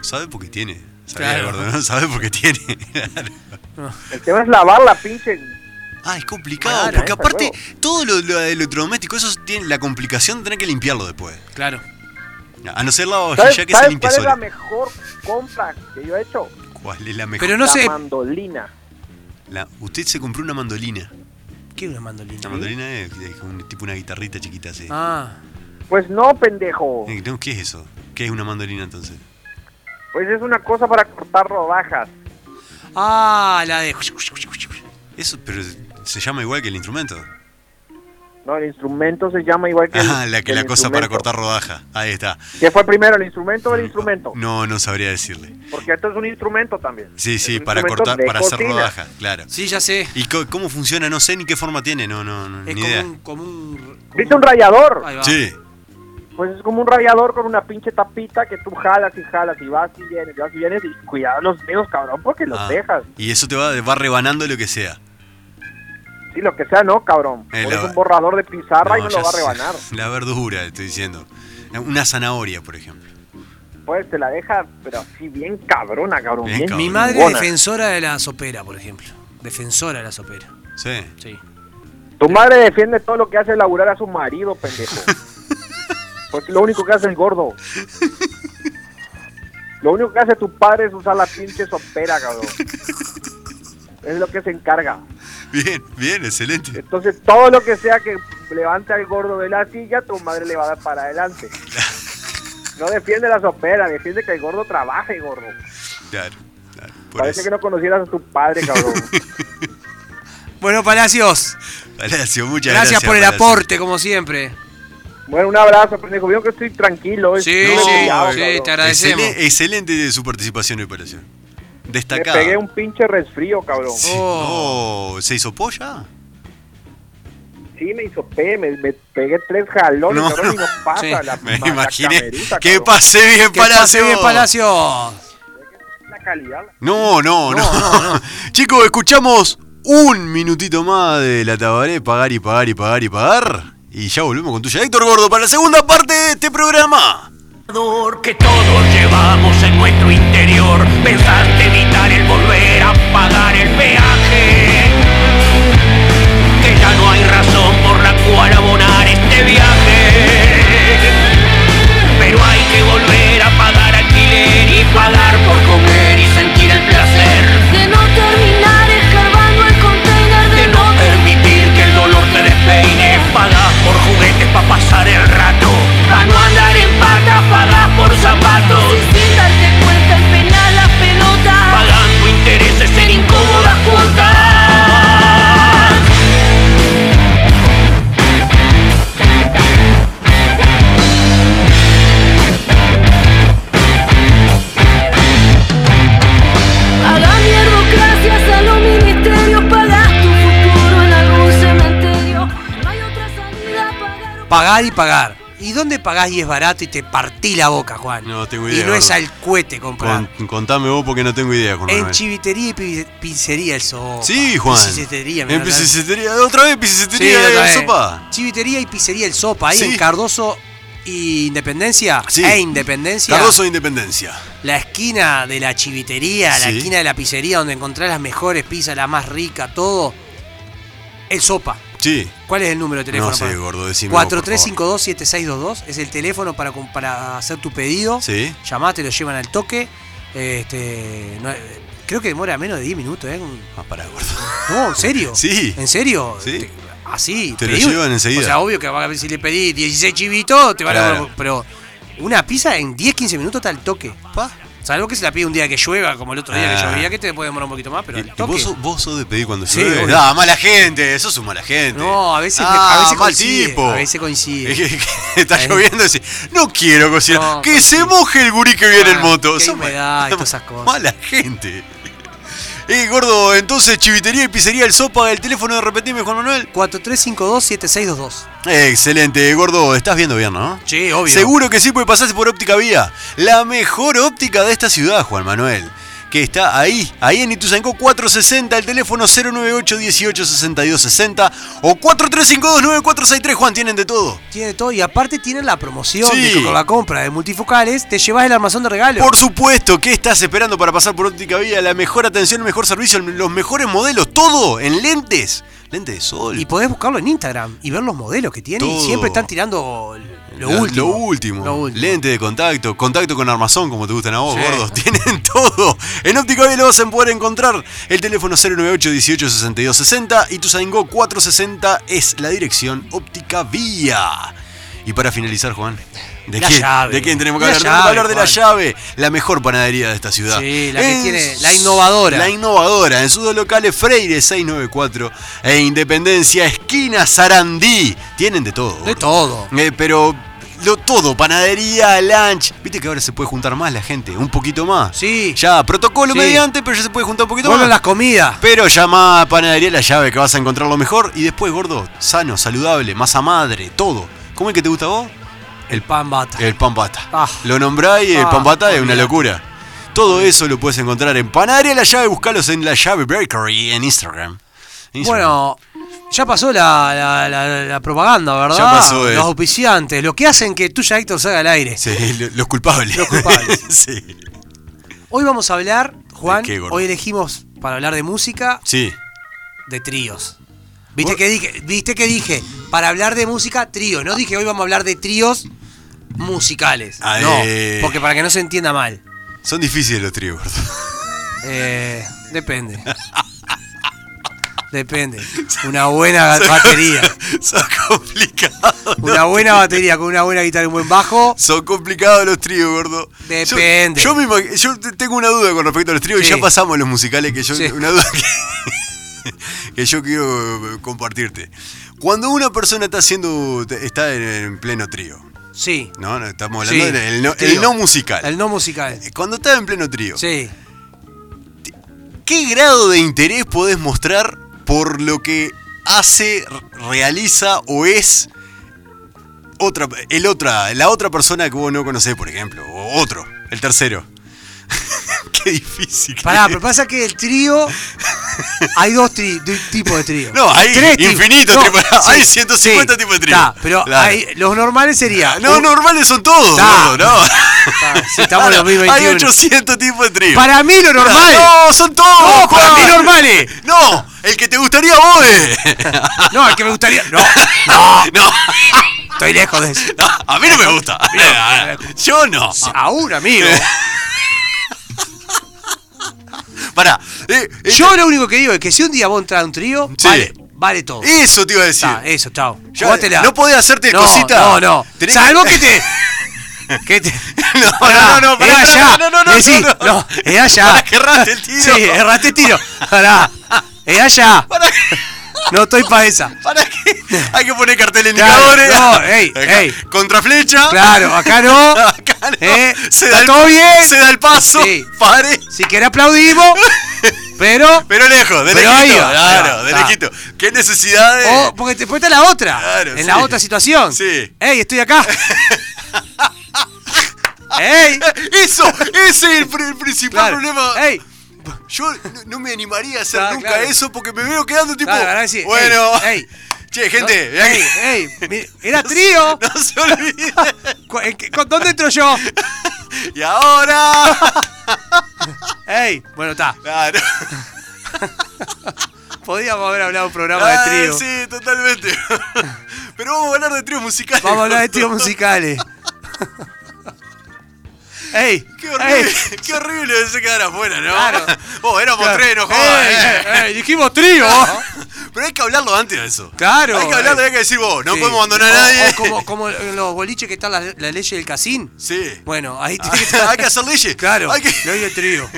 Speaker 4: ¿Sabe por qué tiene? ¿Sabe,
Speaker 5: Claro.
Speaker 4: gordo, no? ¿Sabe por qué tiene? Claro.
Speaker 9: El tema es lavar la pinche
Speaker 4: Ah, es complicado,
Speaker 5: Claro,
Speaker 4: porque
Speaker 9: eh,
Speaker 4: aparte
Speaker 9: está
Speaker 4: todo lo, lo electrodoméstico, eso tiene la complicación de tener que limpiarlo después.
Speaker 5: Claro.
Speaker 4: A no ser la
Speaker 9: ¿Sabes,
Speaker 4: vajilla que se
Speaker 9: sabes
Speaker 4: limpia
Speaker 9: cuál es la
Speaker 4: sola.
Speaker 9: mejor compra que yo he hecho?
Speaker 4: ¿Cuál es la mejor?
Speaker 5: Pero no
Speaker 9: la
Speaker 5: sé.
Speaker 9: mandolina.
Speaker 4: La- usted se compró una mandolina.
Speaker 5: ¿Qué es una
Speaker 4: La
Speaker 5: mandolina?
Speaker 4: mandolina es, es un- tipo una guitarrita chiquita así.
Speaker 5: Ah,
Speaker 9: Pues no, pendejo.
Speaker 4: Eh, no, ¿Qué es eso? ¿Qué es una mandolina entonces?
Speaker 9: Pues es una cosa para cortar rodajas.
Speaker 5: ah, la de.
Speaker 4: Eso, pero se llama igual que el instrumento.
Speaker 9: No, el instrumento se llama igual que el-
Speaker 4: Ah, la que
Speaker 9: el
Speaker 4: la cosa para
Speaker 9: instrumento.
Speaker 4: cortar Mm, rodaja. Ahí está.
Speaker 9: ¿Qué fue primero, el instrumento o el instrumento?
Speaker 4: No, no sabría decirle.
Speaker 9: Porque esto es un instrumento también.
Speaker 4: Sí,
Speaker 9: Es
Speaker 4: sí,
Speaker 9: un
Speaker 4: para
Speaker 9: instrumento
Speaker 4: cortar,
Speaker 9: de
Speaker 4: para hacer
Speaker 9: cocina.
Speaker 4: rodaja, claro.
Speaker 5: Sí, ya sé.
Speaker 4: ¿Y co- cómo funciona? No sé ni qué forma tiene, no, no, no,
Speaker 5: Es
Speaker 4: ni
Speaker 5: como
Speaker 4: idea.
Speaker 5: un, como un. como
Speaker 9: ¿Viste un
Speaker 5: un-
Speaker 9: rayador?
Speaker 5: Ahí va.
Speaker 4: Sí,
Speaker 9: Pues es como un radiador con una pinche tapita que tú jalas y jalas y vas y vienes, y vas y vienes y cuidado los dedos, cabrón, porque los
Speaker 4: Ah.
Speaker 9: dejas.
Speaker 4: y eso te va, va rebanando lo que sea.
Speaker 9: Sí, lo que sea, no, cabrón.
Speaker 4: Eh,
Speaker 9: Pones
Speaker 4: la-
Speaker 9: un borrador de pizarra y
Speaker 4: No,
Speaker 9: no lo
Speaker 4: ya
Speaker 9: va a
Speaker 4: sé.
Speaker 9: rebanar.
Speaker 4: La verdura, estoy diciendo. Una zanahoria, por ejemplo.
Speaker 9: Pues te la deja, pero así bien cabrona, cabrón.
Speaker 4: Bien
Speaker 9: Bien,
Speaker 4: cabrona.
Speaker 5: Mi madre es
Speaker 9: chingona.
Speaker 5: defensora de la sopera, por ejemplo. Defensora de la sopera.
Speaker 4: Sí.
Speaker 5: Sí.
Speaker 9: Tu madre defiende todo lo que hace laburar a su marido, pendejo. Porque lo único que hace el gordo. Lo único que hace tu padre es usar la pinche sopera, cabrón. Es lo que se encarga.
Speaker 4: Bien, bien, excelente.
Speaker 9: Entonces, todo lo que sea que levante al gordo de la silla, tu madre le va a dar para adelante. No defiende la sopera, defiende que el gordo trabaje, gordo.
Speaker 4: Claro, claro. Por
Speaker 9: Parece
Speaker 4: eso.
Speaker 9: que no conocieras a tu padre, cabrón.
Speaker 5: Bueno, Palacios,
Speaker 4: Palacio, muchas
Speaker 5: gracias,
Speaker 4: gracias.
Speaker 5: por el
Speaker 4: Palacio.
Speaker 5: aporte, como siempre.
Speaker 9: Bueno, un abrazo, pendejo. Vieron que estoy tranquilo. hoy.
Speaker 5: Sí,
Speaker 9: No,
Speaker 5: sí,
Speaker 9: cuidado,
Speaker 5: sí,
Speaker 9: cabrón.
Speaker 5: te agradecemos.
Speaker 4: Excelen- Excelente de su participación hoy, Palacio.
Speaker 9: Me
Speaker 4: Destacada.
Speaker 9: pegué un pinche resfrío, cabrón.
Speaker 4: Sí.
Speaker 5: Oh.
Speaker 4: No, ¿Se hizo polla?
Speaker 9: Sí, me hizo pe, me, me pegué tres jalones,
Speaker 4: No,
Speaker 9: cabrón, y no pasa
Speaker 5: Sí,
Speaker 9: la
Speaker 4: Me
Speaker 9: ma- la
Speaker 4: imaginé.
Speaker 9: camerita,
Speaker 4: que
Speaker 9: cabrón.
Speaker 4: pase bien,
Speaker 5: Que
Speaker 4: Palacio.
Speaker 5: pase bien, Palacios.
Speaker 9: La calidad.
Speaker 4: No, no, no. Chicos, escuchamos un minutito más de la Tabaré, pagar y pagar y pagar y pagar. Y ya volvemos con tuya, Héctor Gordo, para la segunda parte de este programa.
Speaker 6: que todos llevamos en nuestro interior. Pensaste evitar el volver a pagar el peaje. Que ya no hay razón por la cual abonar este viaje. Pero hay que volver a pagar alquiler y pagar por comer y sentir el placer.
Speaker 7: De no terminar escarbando el container
Speaker 6: De
Speaker 7: de
Speaker 6: no
Speaker 7: no
Speaker 6: permitir que el dolor te despeine Pagás por juguetes pa' pasar el rato Pa' no andar en pata, pagás por zapatos
Speaker 7: sin darte cuenta el penal la pelota.
Speaker 6: Pagando intereses en incómodas cuotas
Speaker 7: A la mierdocracia, a los ministerios, pagas tu futuro en algún cementerio. No hay otra salida pagar.
Speaker 5: Pagar y pagar. ¿Y dónde pagás y es barato y te partí la boca, Juan?
Speaker 4: No tengo
Speaker 5: Y
Speaker 4: idea,
Speaker 5: no es
Speaker 4: gordo.
Speaker 5: al cohete comprar.
Speaker 4: Con- contame vos porque no tengo idea, Juan
Speaker 5: En
Speaker 4: Manuel.
Speaker 5: chivitería y pi- pincería el sopa.
Speaker 4: Sí, Juan.
Speaker 5: Piscitería,
Speaker 4: en piscitería. Otra vez piscitería de
Speaker 5: otra vez.
Speaker 4: sopa.
Speaker 5: Chivitería y pizzería el sopa. Ahí
Speaker 4: Sí.
Speaker 5: en Cardoso y Independencia.
Speaker 4: Sí.
Speaker 5: E Independencia.
Speaker 4: Cardoso de Independencia.
Speaker 5: La esquina de la chivitería, la
Speaker 4: Sí.
Speaker 5: esquina de la pizzería donde encontrás las mejores pizzas, la más rica, todo. El sopa.
Speaker 4: Sí.
Speaker 5: ¿Cuál es el número de teléfono?
Speaker 4: No sé,
Speaker 5: Juan?
Speaker 4: gordo, decime vos, por
Speaker 5: 4352-7622 es el teléfono para, com- para hacer tu pedido.
Speaker 4: Sí.
Speaker 5: Llamate, lo llevan al toque. Este, no, eh, creo que demora menos de 10 minutos. ¿eh? Un-
Speaker 4: Ah, pará, gordo.
Speaker 5: No, ¿en serio?
Speaker 4: Sí.
Speaker 5: ¿En serio?
Speaker 4: Sí.
Speaker 5: Te- Así.
Speaker 4: Te lo
Speaker 5: pedí un-
Speaker 4: llevan enseguida.
Speaker 5: O sea, obvio que va a ver si le pedí 16 chivitos, te van a.
Speaker 4: Claro.
Speaker 5: Pero una pizza en 10, 15 minutos está al toque. Salvo que se la pide un día que llueva, como el otro día
Speaker 4: Ah.
Speaker 5: que llovía, que te puede demorar un poquito más, pero
Speaker 4: ¿Y,
Speaker 5: al
Speaker 4: y
Speaker 5: toque.
Speaker 4: vos, sos- vos sos de pedir cuando
Speaker 5: Sí,
Speaker 4: llueve?
Speaker 5: obvio.
Speaker 4: Ah, mala gente, sos un mala gente.
Speaker 5: No, a veces-
Speaker 4: Ah,
Speaker 5: a veces
Speaker 4: mal
Speaker 5: coincide,
Speaker 4: tipo.
Speaker 5: a veces coincide.
Speaker 4: Es que- que Está
Speaker 5: Eh.
Speaker 4: lloviendo y decís, no quiero cocinar.
Speaker 5: No,
Speaker 4: que
Speaker 5: coincide.
Speaker 4: se moje el gurí que viene
Speaker 5: Ah,
Speaker 4: en moto.
Speaker 5: qué
Speaker 4: Sos mal-
Speaker 5: humedad y todas esas cosas.
Speaker 4: Mala gente. Eh, gordo, entonces chivitería y pizzería El Sopa, el teléfono de repetime, Juan Manuel.
Speaker 5: 4352-7622.
Speaker 4: Excelente, gordo, estás viendo bien, ¿no?
Speaker 5: Sí, obvio.
Speaker 4: Seguro que sí, porque pasaste por Óptica Vía. La mejor óptica de esta ciudad, Juan Manuel. Que está ahí, ahí en Ituzaingó 460, el teléfono 098 18 62 60 o 4352 9463. Juan, tienen de todo.
Speaker 5: Tiene todo y aparte tiene la promoción
Speaker 4: Sí.
Speaker 5: de que con la compra de multifocales te llevas el armazón de regalo.
Speaker 4: Por supuesto, ¿qué estás esperando para pasar por Óptica Vía? La mejor atención, el mejor servicio, los mejores modelos, todo en lentes. lente de sol.
Speaker 5: Y podés buscarlo en Instagram y ver los modelos que tiene. Y
Speaker 4: Todo.
Speaker 5: siempre están tirando lo
Speaker 4: La-
Speaker 5: último.
Speaker 4: Lo último.
Speaker 5: Lo último.
Speaker 4: Lente de contacto, contacto con armazón, como te gustan a vos,
Speaker 5: Sí.
Speaker 4: gordos. Tienen todo. En Óptica Hoy lo vas a poder encontrar. El teléfono 098 18 62 60 y tu 460 es la dirección Óptica Vía. Y para finalizar, Juan, ¿de,
Speaker 5: La
Speaker 4: quién,
Speaker 5: llave.
Speaker 4: ¿de quién tenemos que
Speaker 5: La
Speaker 4: hablar? Tenemos que
Speaker 5: llave,
Speaker 4: hablar de la
Speaker 5: Juan.
Speaker 4: llave, la mejor panadería de esta ciudad.
Speaker 5: Sí, la que
Speaker 4: En
Speaker 5: tiene- la
Speaker 4: su-
Speaker 5: innovadora.
Speaker 4: La innovadora. En sus dos locales, Freire 694 e Independencia, esquina Sarandí. Tienen de todo. gordo.
Speaker 5: De todo.
Speaker 4: Eh, pero lo todo, panadería, lunch. Viste que ahora se puede juntar más la gente, un poquito más.
Speaker 5: Sí.
Speaker 4: Ya, protocolo
Speaker 5: Sí.
Speaker 4: mediante, pero ya se puede juntar un poquito
Speaker 5: Vuelven
Speaker 4: más.
Speaker 5: las comidas.
Speaker 4: Pero llama a panadería la llave que vas a encontrar lo mejor. Y después, gordo, sano, saludable, masa madre, todo. ¿Cómo es que te gusta a vos?
Speaker 5: El pan bata.
Speaker 4: El pan bata.
Speaker 5: Ah.
Speaker 4: Lo nombrá y el
Speaker 5: Ah,
Speaker 4: pan bata es una
Speaker 5: olvidate.
Speaker 4: locura. Todo eso lo puedes encontrar en Panadería La Llave. Buscalos en La Llave Bakery en Instagram. Instagram.
Speaker 5: Bueno, ya pasó la, la- la- la propaganda, ¿verdad?
Speaker 4: Ya pasó, eh.
Speaker 5: Los auspiciantes, lo que hacen que tuya Héctor salga al aire.
Speaker 4: Sí, lo- los culpables.
Speaker 5: Los culpables.
Speaker 4: sí.
Speaker 5: Hoy vamos a hablar, Juan,
Speaker 4: qué, gordo?
Speaker 5: hoy elegimos para hablar de música
Speaker 4: Sí.
Speaker 5: de tríos. ¿Viste
Speaker 4: Vos-
Speaker 5: que, dije, ¿Viste que dije? Para hablar de música, trío. No dije hoy vamos a hablar de tríos musicales.
Speaker 4: Ah,
Speaker 5: no,
Speaker 4: eh.
Speaker 5: porque para que no se entienda mal.
Speaker 4: Son difíciles los tríos, gordo.
Speaker 5: Eh, depende. Depende. Una buena batería.
Speaker 4: Son complicados.
Speaker 5: Una buena batería con una buena guitarra y un buen bajo.
Speaker 4: Son complicados los tríos, gordo.
Speaker 5: Depende.
Speaker 4: Yo, yo me imag- yo te- tengo una duda con respecto a los tríos y
Speaker 5: Sí.
Speaker 4: ya pasamos a los musicales que yo
Speaker 5: Sí.
Speaker 4: una duda que- que yo quiero eh, compartirte. Cuando una persona está haciendo está en, en pleno trío,
Speaker 5: Sí.
Speaker 4: ¿no? No, Estamos hablando
Speaker 5: Sí,
Speaker 4: del no,
Speaker 5: trío.
Speaker 4: el no musical. Eh,
Speaker 5: El no musical.
Speaker 4: Cuando está en pleno trío,
Speaker 5: Sí.
Speaker 4: ¿qué grado de interés podés mostrar por lo que hace, realiza o es otra, el otra, la otra persona que vos no conocés, por ejemplo, o otro, el tercero? Qué difícil. que
Speaker 5: Pará,
Speaker 4: es.
Speaker 5: pero pasa que el trío. Hay dos, tri- dos tipos de trío.
Speaker 4: No, hay
Speaker 5: tipos.
Speaker 4: infinitos tipos. Hay 150 tipos de trío.
Speaker 5: Está, pero
Speaker 4: Claro.
Speaker 5: hay- los normales serían.
Speaker 4: No, normales son todos,
Speaker 5: Ta.
Speaker 4: gordo, no.
Speaker 5: Ta, si estamos
Speaker 4: Ahora,
Speaker 5: en 2021.
Speaker 4: Hay 800 tipos de trío.
Speaker 5: Para mí lo normal.
Speaker 4: No, son todos.
Speaker 5: No, para
Speaker 4: Juan.
Speaker 5: mí normales.
Speaker 4: No, el que te gustaría a vos es.
Speaker 5: No, el que me gustaría. No,
Speaker 4: No, no.
Speaker 5: estoy lejos de eso.
Speaker 4: No, a mí no me gusta. Yo no.
Speaker 5: Aún, amigo.
Speaker 4: Eh, Pará. eh, eh,
Speaker 5: Yo lo único que digo es que si un día vos entras a un trío,
Speaker 4: Sí.
Speaker 5: vale, vale todo.
Speaker 4: Eso te iba a decir.
Speaker 5: Ta, eso, chao.
Speaker 4: Ya,
Speaker 5: Jugátela.
Speaker 4: no podés hacerte
Speaker 5: no,
Speaker 4: cosita.
Speaker 5: No, no.
Speaker 4: Tenés que-
Speaker 5: Salvo que te. que te.
Speaker 4: No, no,
Speaker 5: Pará,
Speaker 4: no, pará,
Speaker 5: era
Speaker 4: pará,
Speaker 5: allá.
Speaker 4: no, no, no,
Speaker 5: Decí,
Speaker 4: no, no.
Speaker 5: no, era allá.
Speaker 4: Pará, que erraste el tiro.
Speaker 5: Sí, erraste el tiro. Pará. Era allá.
Speaker 4: Pará.
Speaker 5: No estoy pa' esa.
Speaker 4: ¿Para qué? Hay que poner cartel
Speaker 5: Claro,
Speaker 4: indicadores.
Speaker 5: no, ey, ey.
Speaker 4: Contra flecha.
Speaker 5: Claro, acá no.
Speaker 4: Acá no.
Speaker 5: Eh,
Speaker 4: se
Speaker 5: ¿está
Speaker 4: da el,
Speaker 5: todo bien?
Speaker 4: Se da el paso.
Speaker 5: Sí.
Speaker 4: Pare.
Speaker 5: Si querés aplaudimos. Pero.
Speaker 4: Pero lejos, de
Speaker 5: Pero ahí
Speaker 4: lejito.
Speaker 5: va,
Speaker 4: claro,
Speaker 5: ahí va, Oh,
Speaker 4: de
Speaker 5: está.
Speaker 4: lejito. ¿Qué necesidad de.?
Speaker 5: O, porque después está la otra.
Speaker 4: Claro,
Speaker 5: en
Speaker 4: sí.
Speaker 5: la otra situación.
Speaker 4: Sí.
Speaker 5: ¡Ey, estoy acá! ¡Ey!
Speaker 4: Eso, ese es el, pri- el principal
Speaker 5: Claro.
Speaker 4: problema.
Speaker 5: ¡Ey!
Speaker 4: Yo no, no me animaría a hacer
Speaker 5: Claro,
Speaker 4: nunca
Speaker 5: claro.
Speaker 4: eso porque me veo quedando tipo.
Speaker 5: Claro, ahora sí, ey,
Speaker 4: bueno,
Speaker 5: ey.
Speaker 4: che, gente,
Speaker 5: No, ¡Ey, ey! mi- ¡Era trío!
Speaker 4: no se olviden.
Speaker 5: ¿Cu- en qué- con- ¿Dónde entro yo?
Speaker 4: y ahora.
Speaker 5: ¡Ey! Bueno, está.
Speaker 4: Claro.
Speaker 5: Podíamos haber hablado de un programa de
Speaker 4: Ah,
Speaker 5: trío.
Speaker 4: Sí, totalmente. Pero vamos a hablar de tríos musicales.
Speaker 5: Vamos a hablar de tríos musicales. ¡Ey!
Speaker 4: Qué horrible,
Speaker 5: ey,
Speaker 4: qué horrible se quedar afuera, ¿no?
Speaker 5: Claro.
Speaker 4: Vos éramos
Speaker 5: claro.
Speaker 4: tres, no jodas. eh.
Speaker 5: ¡Ey, ey, dijimos trío!
Speaker 4: Pero hay que hablarlo antes de eso.
Speaker 5: Claro,
Speaker 4: Hay que hablarlo,
Speaker 5: eh.
Speaker 4: hay que decir vos, no
Speaker 5: Sí.
Speaker 4: podemos abandonar
Speaker 5: O-
Speaker 4: a nadie.
Speaker 5: o como, como en los boliches que están las la leyes del casín.
Speaker 4: Sí. Ah,
Speaker 5: Bueno, ahí tiene que estar.
Speaker 4: hay que hacer leyes.
Speaker 5: Claro,
Speaker 4: Hay que...
Speaker 5: ley del trío.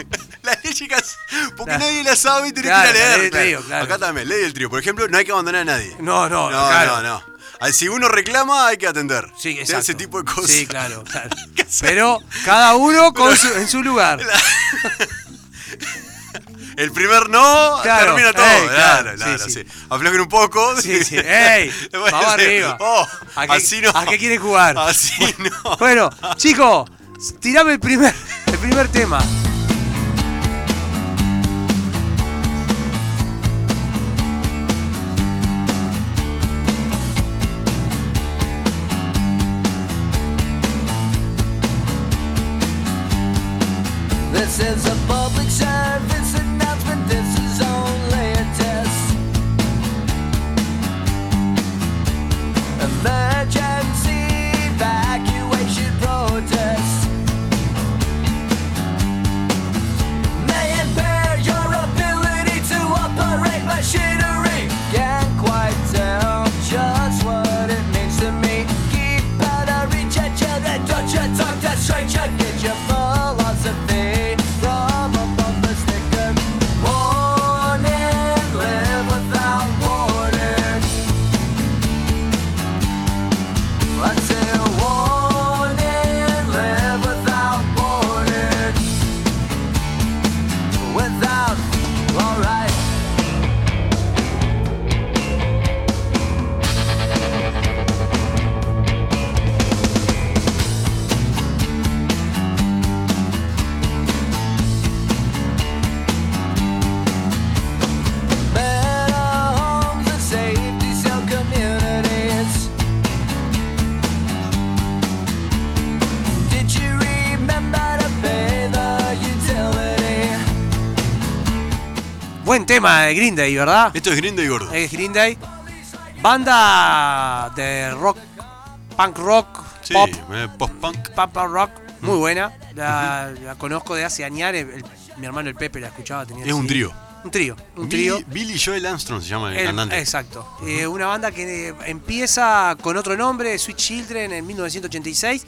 Speaker 4: Las leyes que hace- Porque
Speaker 5: Claro.
Speaker 4: nadie la sabe y tenés
Speaker 5: Claro,
Speaker 4: que ir
Speaker 5: la
Speaker 4: a
Speaker 5: ley del
Speaker 4: leer. Claro.
Speaker 5: trío, claro.
Speaker 4: Acá también, ley del trío. Por ejemplo, no hay que abandonar a nadie.
Speaker 5: No, no,
Speaker 4: no,
Speaker 5: claro.
Speaker 4: no. no. Al- Si uno reclama, hay que atender.
Speaker 5: Sí,
Speaker 4: Todo
Speaker 5: exacto.
Speaker 4: Ese tipo de cosas.
Speaker 5: Sí, claro, claro.
Speaker 4: ¿Qué hacer?
Speaker 5: Pero cada uno con
Speaker 4: Pero-
Speaker 5: su- en su lugar.
Speaker 4: El primer no
Speaker 5: Claro,
Speaker 4: termina todo.
Speaker 5: ey,
Speaker 4: claro,
Speaker 5: claro,
Speaker 4: claro,
Speaker 5: sí,
Speaker 4: sí.
Speaker 5: sí.
Speaker 4: Aflojen un poco.
Speaker 5: Sí, sí. ¡Ey!
Speaker 4: Bueno,
Speaker 5: Vamos
Speaker 4: sí.
Speaker 5: arriba.
Speaker 4: Oh,
Speaker 5: ¿A qué,
Speaker 4: así no.
Speaker 5: ¿A qué quieren jugar?
Speaker 4: Así no.
Speaker 5: Bueno, chicos, tirame el primer, el primer tema.
Speaker 10: This is a public service announcement. This is only a test.
Speaker 5: buen tema de Green Day, ¿verdad?
Speaker 4: Esto es Grindo y Gordo.
Speaker 5: Es Green Day. Banda de rock, punk rock,
Speaker 4: Sí, Mm.
Speaker 5: pop,
Speaker 4: eh, post-punk.
Speaker 5: pop punk rock, muy buena. La, la conozco de hace años. el- el- mi hermano el Pepe la escuchaba. Tenía
Speaker 4: Es un
Speaker 5: el CD.
Speaker 4: trío.
Speaker 5: Un trío, un
Speaker 4: Billy,
Speaker 5: trío.
Speaker 4: Billy Joel Armstrong se llama el,
Speaker 5: El-
Speaker 4: cantante.
Speaker 5: Exacto. Eh, una banda que eh, empieza con otro nombre, Sweet Children, en 1986.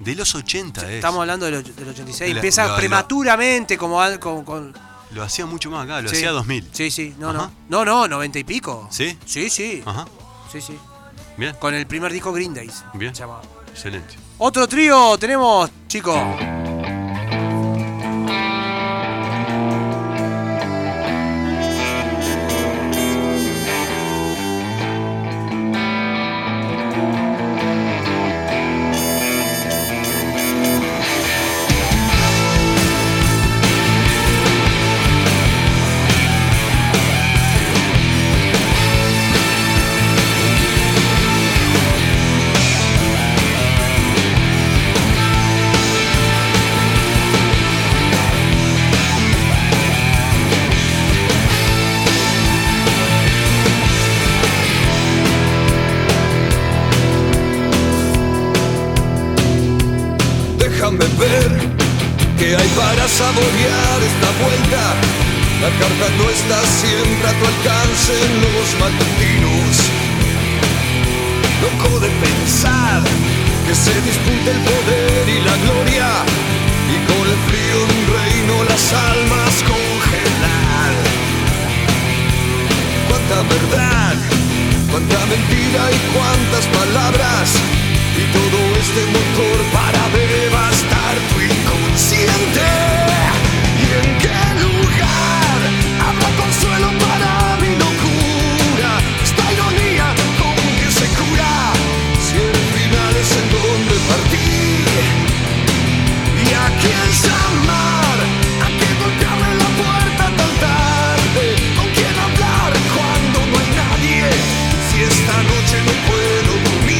Speaker 4: De los 80 es.
Speaker 5: Estamos hablando del, och- del 86.
Speaker 4: La-
Speaker 5: empieza
Speaker 4: la- la-
Speaker 5: prematuramente como... al- con- con-
Speaker 4: Lo hacía mucho más acá, lo
Speaker 5: sí.
Speaker 4: hacía 2000.
Speaker 5: Sí, sí. No,
Speaker 4: Ajá.
Speaker 5: no. No, no, 90 y pico.
Speaker 4: ¿Sí?
Speaker 5: Sí, sí.
Speaker 4: Ajá,
Speaker 5: Sí, sí.
Speaker 4: bien,
Speaker 5: Con el primer disco Green Days.
Speaker 4: Bien.
Speaker 5: se llamaba.
Speaker 4: excelente.
Speaker 5: Otro trío tenemos, chicos.
Speaker 10: Déjame ver que hay para saborear esta vuelta. La carta no está siempre a tu alcance en los matutinos. Loco de pensar que se disputa el poder y la gloria. Y con el frío de un reino las almas congelar. Cuánta verdad, cuánta mentira y cuántas palabras. Y todo este motor para devastar tu inconsciente. ¿Y en qué lugar habrá consuelo para mi locura? Esta ironía con que se cura. Si el final es en donde partir. ¿Y a quién llamar? ¿A quién golpearle la puerta tan tarde? ¿Con quién hablar cuando no hay nadie? Si esta noche no puedo dormir.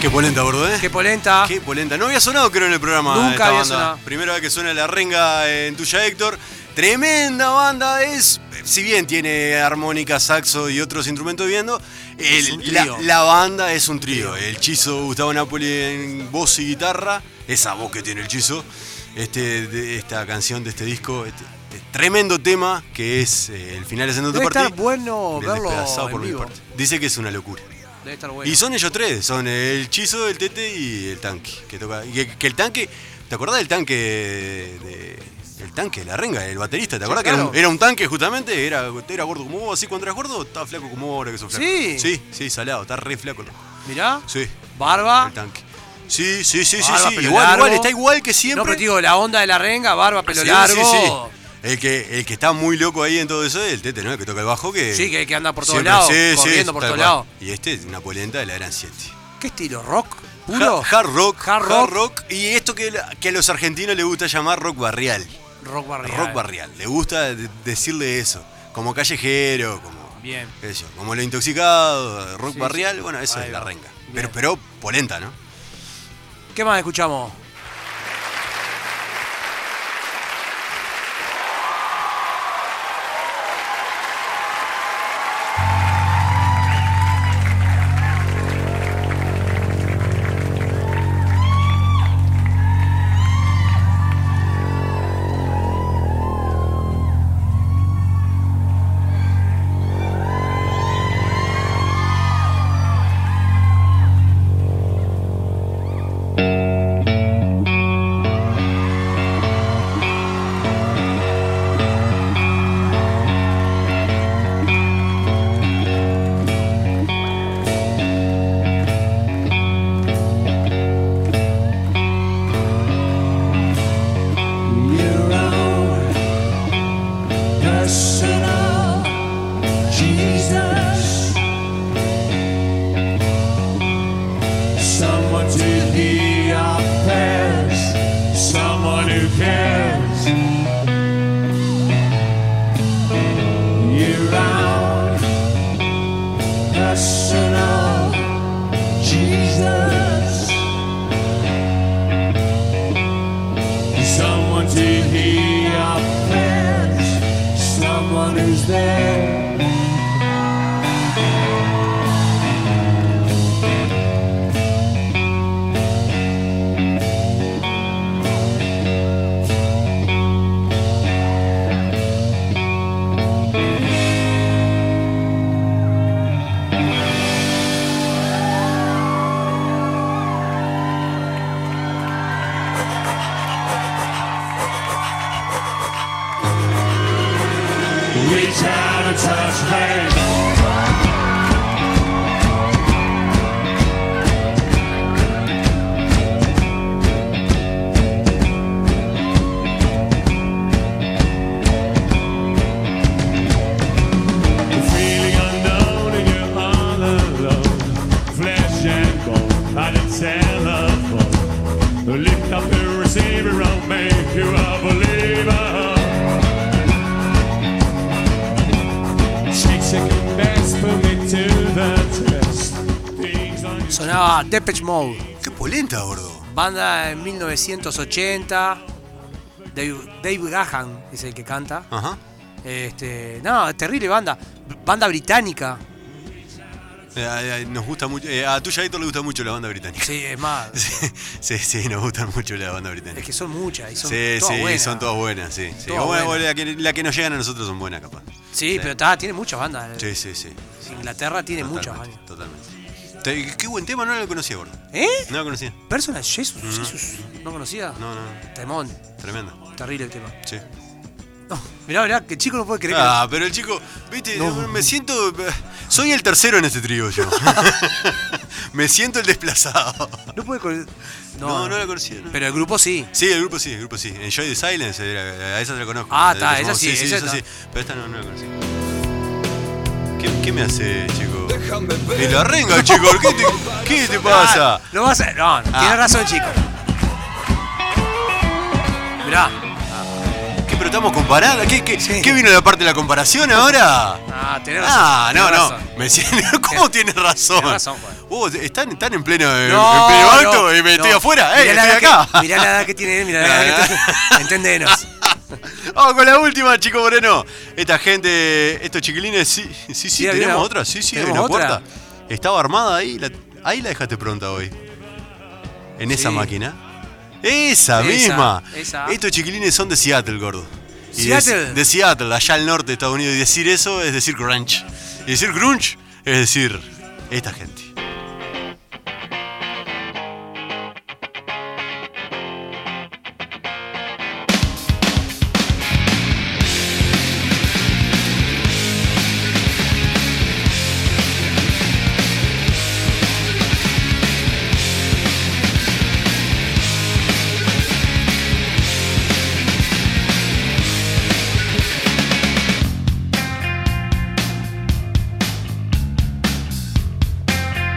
Speaker 4: Qué polenta, gordo, ¿eh?
Speaker 5: Que polenta.
Speaker 4: Qué polenta. No había sonado, creo, en el programa.
Speaker 5: Nunca
Speaker 4: esta
Speaker 5: había
Speaker 4: banda.
Speaker 5: sonado.
Speaker 4: Primera vez que suena la renga en tuya, Héctor. Tremenda banda es. Si bien tiene armónica, saxo y otros instrumentos viendo,
Speaker 5: Es
Speaker 4: el-
Speaker 5: un
Speaker 4: la,
Speaker 5: trío.
Speaker 4: la banda es un trío. El Chizo, Gustavo Napoli en voz y guitarra. Esa voz que tiene el Chizo. Este, de- esta canción de este disco. Este, este tremendo tema que es eh, el final es en donde
Speaker 5: Debe estar
Speaker 4: partí,
Speaker 5: bueno
Speaker 4: del
Speaker 5: verlo
Speaker 4: despedazado
Speaker 5: en
Speaker 4: por mi
Speaker 5: vivo.
Speaker 4: parte. Dice que es una locura.
Speaker 5: Debe estar bueno.
Speaker 4: Y son ellos tres, son el Chizo, el Tete y el Tanque. Que, toca, y que, que el Tanque, ¿te acordás del Tanque de, de- el Tanque de la Renga, el baterista? ¿Te acordás que era
Speaker 5: claro.
Speaker 4: un, era un tanque justamente? Era, era gordo como vos, así cuando eras gordo, estaba flaco como ahora que sos flaco.
Speaker 5: Sí.
Speaker 4: Sí, sí, salado, está re flaco. loco.
Speaker 5: Mirá.
Speaker 4: Sí.
Speaker 5: Barba.
Speaker 4: El Tanque. Sí, sí, sí, sí,
Speaker 5: barba,
Speaker 4: sí.
Speaker 5: Ah. pelo
Speaker 4: Igual,
Speaker 5: largo.
Speaker 4: igual, está igual que siempre.
Speaker 5: No, pero te digo, la onda de la renga, barba, pelo
Speaker 4: Sí,
Speaker 5: largo.
Speaker 4: sí, sí. El que, el que está muy loco ahí en todo eso es el Tete, ¿no? El que toca el bajo que...
Speaker 5: Sí, que- que anda por todos
Speaker 4: siempre-
Speaker 5: lados,
Speaker 4: sí, sí,
Speaker 5: corriendo por
Speaker 4: tal
Speaker 5: todos
Speaker 4: cual.
Speaker 5: lados.
Speaker 4: Y este es una polenta de la Gran 7.
Speaker 5: ¿Qué estilo? ¿Rock? ¿Puro?
Speaker 4: Ha- Hard rock,
Speaker 5: Hard rock.
Speaker 4: y esto que, la- que a los argentinos les gusta llamar rock barrial.
Speaker 5: rock barrial.
Speaker 4: Rock barrial, le gusta de- decirle eso, como callejero, como
Speaker 5: Bien.
Speaker 4: qué sé yo, como lo intoxicado, rock
Speaker 5: Sí,
Speaker 4: barrial,
Speaker 5: sí.
Speaker 4: bueno, eso
Speaker 5: Ahí
Speaker 4: es
Speaker 5: va.
Speaker 4: la renga.
Speaker 5: Bien.
Speaker 4: Pero, pero polenta, ¿no?
Speaker 5: ¿Qué más escuchamos?
Speaker 7: Thank
Speaker 11: sé.
Speaker 12: Reach out and touch hands. Feeling unknown and you're all alone. Flesh and bone by the telephone. Lift up the receiver, I'll make you a believer. Shake, shake, and dance, put me to the test. Things on your
Speaker 5: Sonaba Depeche Mode.
Speaker 4: Qué polenta, gordo.
Speaker 5: Banda en 1980. Dave, Dave Gahan es el que canta.
Speaker 4: Ajá.
Speaker 5: Este, no, terrible banda. Banda británica.
Speaker 4: Eh, eh, nos gusta mucho. eh, a tuya Héctor le gusta mucho la banda británica.
Speaker 5: Sí, es más.
Speaker 4: Sí, sí, nos gusta mucho la banda británica.
Speaker 5: Es que son muchas y son
Speaker 4: sí,
Speaker 5: todas
Speaker 4: sí,
Speaker 5: buenas.
Speaker 4: son todas buenas, sí. sí.
Speaker 5: Todas
Speaker 4: O bueno,
Speaker 5: buenas.
Speaker 4: La, que, la que nos llegan a nosotros son buenas, capaz.
Speaker 5: Sí, pero está, tiene muchas bandas.
Speaker 4: Sí, sí, sí.
Speaker 5: Inglaterra tiene muchas
Speaker 4: Totalmente,
Speaker 5: bandas.
Speaker 4: totalmente. Te- Qué buen tema, no lo conocía, gordo.
Speaker 5: ¿Eh?
Speaker 4: No lo conocía.
Speaker 5: Personal Jesus,
Speaker 4: No.
Speaker 5: Jesus. ¿No conocía?
Speaker 4: Mm. No, no,
Speaker 5: Temón.
Speaker 4: tremendo.
Speaker 5: Terrible el tema.
Speaker 4: Sí.
Speaker 5: No, mirá, mirá, que el chico no puede creer. que-
Speaker 4: Ah, pero el chico, viste,
Speaker 5: No.
Speaker 4: me siento. eh, Soy el tercero en este trío yo. me siento el desplazado.
Speaker 5: No puede creer. No,
Speaker 4: No, no la conocía. no.
Speaker 5: Pero el grupo sí.
Speaker 4: Sí, el grupo sí, el grupo sí. Enjoy the Silence, era- a esa te la conozco. La
Speaker 5: Ah, está,
Speaker 4: de-
Speaker 5: esa sí, esa
Speaker 4: esa
Speaker 5: está.
Speaker 4: sí. Pero esta no, no la conocí. ¿Qué, qué me hace, chico?
Speaker 10: Déjame
Speaker 4: Y la renga, chico, ¿qué te, qué te pasa?
Speaker 5: No Ah, vas a.
Speaker 4: Ah.
Speaker 5: No, no, tiene razón, chico. Mirá.
Speaker 4: ¿Qué, pero estamos comparando? ¿Qué, qué,
Speaker 5: Sí.
Speaker 4: qué vino la parte de la comparación ahora?
Speaker 5: Ah, tenés razón.
Speaker 4: Ah,
Speaker 5: tenés
Speaker 4: no, no.
Speaker 5: razón.
Speaker 4: Me siento, ¿Cómo tienes razón?
Speaker 5: Tenés razón, Juan.
Speaker 4: Vos están, están en pleno, en
Speaker 5: No,
Speaker 4: pleno Eh, alto
Speaker 5: no,
Speaker 4: y me estoy
Speaker 5: no.
Speaker 4: afuera, eh,
Speaker 5: Mirá la
Speaker 4: estoy
Speaker 5: edad
Speaker 4: acá. Ah,
Speaker 5: Que, mirá la edad que tiene él, mirá la edad que tiene. Entendenos.
Speaker 4: Vamos con la última, chico Moreno. Esta gente, estos chiquilines, sí, sí, sí,
Speaker 5: Sí, había
Speaker 4: tenemos
Speaker 5: una-
Speaker 4: otra, sí, sí, hay
Speaker 5: ¿tenemos
Speaker 4: una
Speaker 5: otra?
Speaker 4: puerta. Estaba armada ahí, la- ahí la dejaste pronta hoy. En esa
Speaker 5: Sí.
Speaker 4: máquina. Esa,
Speaker 5: Esa,
Speaker 4: misma.
Speaker 5: esa.
Speaker 4: Estos chiquilines son de Seattle, gordo. Y de-
Speaker 5: ¿Seattle?
Speaker 4: De, Seattle, allá al norte de Estados Unidos. Y decir eso es decir grunge. Y decir grunge es decir esta gente.
Speaker 12: Thank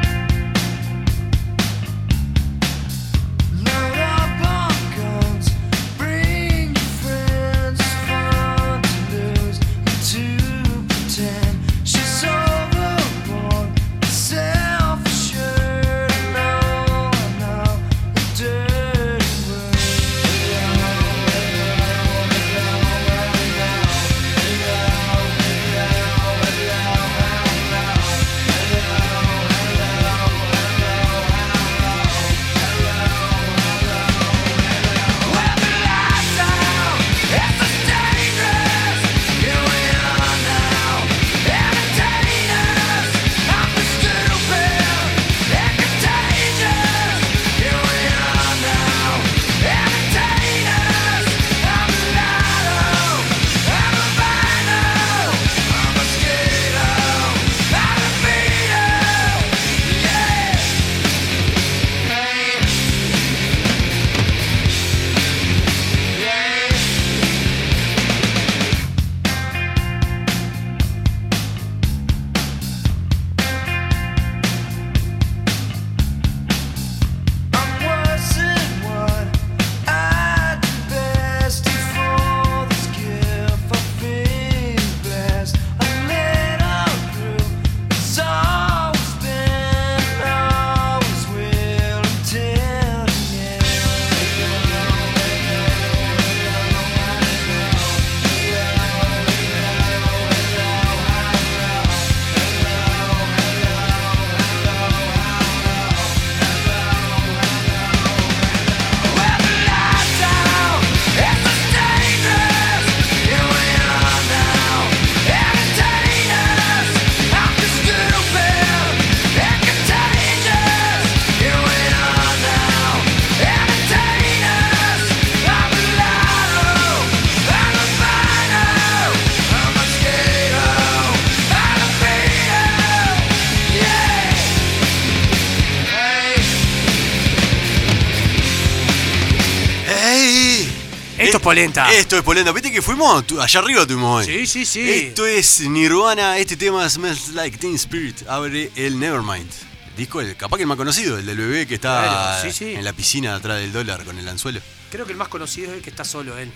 Speaker 5: Esto es polenta.
Speaker 4: Esto es polenta. ¿Viste que fuimos? Tu- allá arriba tuvimos hoy.
Speaker 5: Sí, sí, sí.
Speaker 4: Esto es Nirvana. Este tema Smells Like Teen Spirit. Abre el Nevermind. Disco, el, capaz que el más conocido, el del bebé que está
Speaker 5: Claro, sí, sí.
Speaker 4: en la piscina atrás del dólar con el anzuelo.
Speaker 5: Creo que el más conocido es el que está solo él.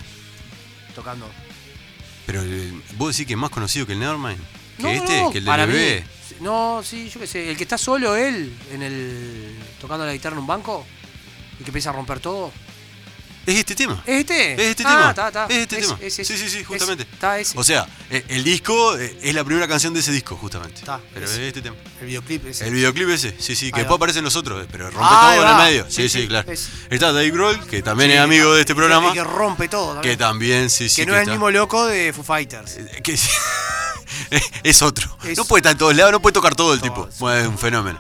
Speaker 5: Tocando.
Speaker 4: Pero el- vos decís que es más conocido que el Nevermind. Que
Speaker 5: No,
Speaker 4: este,
Speaker 5: no,
Speaker 4: que el del
Speaker 5: para mí.
Speaker 4: bebé.
Speaker 5: No, sí, yo qué sé. El que está solo él en el. tocando la guitarra en un banco. Y que empieza a romper todo.
Speaker 4: Es este tema.
Speaker 5: ¿Es este?
Speaker 4: Es este
Speaker 5: Ah,
Speaker 4: tema.
Speaker 5: está, está.
Speaker 4: Es este
Speaker 5: Es-
Speaker 4: tema.
Speaker 5: es ese.
Speaker 4: sí, sí, sí,
Speaker 5: Es-
Speaker 4: justamente.
Speaker 5: está ese.
Speaker 4: O sea, eh, el disco eh, es la primera canción de ese disco, justamente. Pero
Speaker 5: ese.
Speaker 4: es este tema.
Speaker 5: El videoclip ese.
Speaker 4: El videoclip ese, sí, sí, que
Speaker 5: Ahí
Speaker 4: después
Speaker 5: va.
Speaker 4: aparecen los otros, eh, pero rompe
Speaker 5: Ah, ahí
Speaker 4: todo en el
Speaker 5: va.
Speaker 4: medio. Sí,
Speaker 5: Sí,
Speaker 4: sí,
Speaker 5: sí,
Speaker 4: claro.
Speaker 5: es.
Speaker 4: Está Dave Grohl, que también
Speaker 5: Sí,
Speaker 4: es amigo de este programa.
Speaker 5: el Que rompe todo.
Speaker 4: Que
Speaker 5: también.
Speaker 4: también, sí, sí.
Speaker 5: que no es el
Speaker 4: está- Eh,
Speaker 5: mismo loco de Foo Fighters.
Speaker 4: que- es otro. No puede estar en todos lados, no puede tocar todo el tipo. Bueno, es un fenómeno.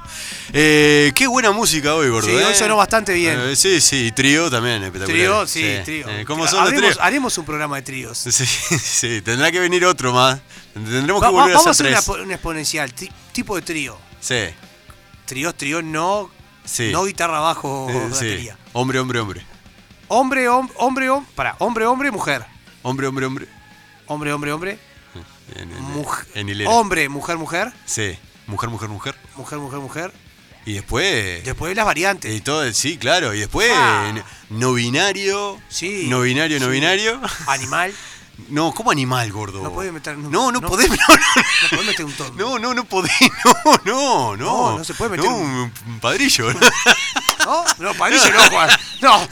Speaker 4: Eh, qué buena música hoy, gordo.
Speaker 5: Sí, hoy
Speaker 4: eh.
Speaker 5: sonó bastante bien.
Speaker 4: Eh, sí, sí, y trío también, espectacular.
Speaker 5: Trío, sí, trío.
Speaker 4: Eh, ¿Cómo son los
Speaker 5: haremos,
Speaker 4: tríos?
Speaker 5: haremos un programa de tríos.
Speaker 4: Sí, sí, tendrá que venir otro más. Tendremos
Speaker 5: Va-
Speaker 4: que
Speaker 5: va-
Speaker 4: volver
Speaker 5: vamos
Speaker 4: a
Speaker 5: a
Speaker 4: hacer
Speaker 5: hacer una,
Speaker 4: tres.
Speaker 5: po- una exponencial, ti- tipo de trío.
Speaker 4: Sí,
Speaker 5: Tríos, tríos, no,
Speaker 4: sí.
Speaker 5: no guitarra, bajo,
Speaker 4: Eh, sí.
Speaker 5: Oh, batería.
Speaker 4: Hombre, hombre, hombre.
Speaker 5: Hombre, hom- hombre, hom- pará, hombre, hombre, mujer.
Speaker 4: Hombre, hombre, hombre.
Speaker 5: Hombre, hombre, hombre.
Speaker 4: En, en-
Speaker 5: Muj-
Speaker 4: en hilera.
Speaker 5: Hombre, mujer, mujer.
Speaker 4: Sí. Mujer, mujer, mujer.
Speaker 5: Mujer, mujer, mujer.
Speaker 4: Y después.
Speaker 5: Después las variantes.
Speaker 4: Este, Y todo, sí, claro. Y después.
Speaker 5: Ah.
Speaker 4: n- No binario.
Speaker 5: Sí.
Speaker 4: No binario, no
Speaker 5: sí.
Speaker 4: binario.
Speaker 5: Animal.
Speaker 4: No, ¿cómo animal, gordo?
Speaker 5: No podés meter un-
Speaker 4: No, no
Speaker 5: no.
Speaker 4: podés. No,
Speaker 5: No podés meter un tono.
Speaker 4: no, no, no podés. No, no, no.
Speaker 5: No, no se puede meter
Speaker 4: No,
Speaker 5: un-
Speaker 4: un padrillo. ¿no?
Speaker 5: No, no, padrillo no, Juan. No.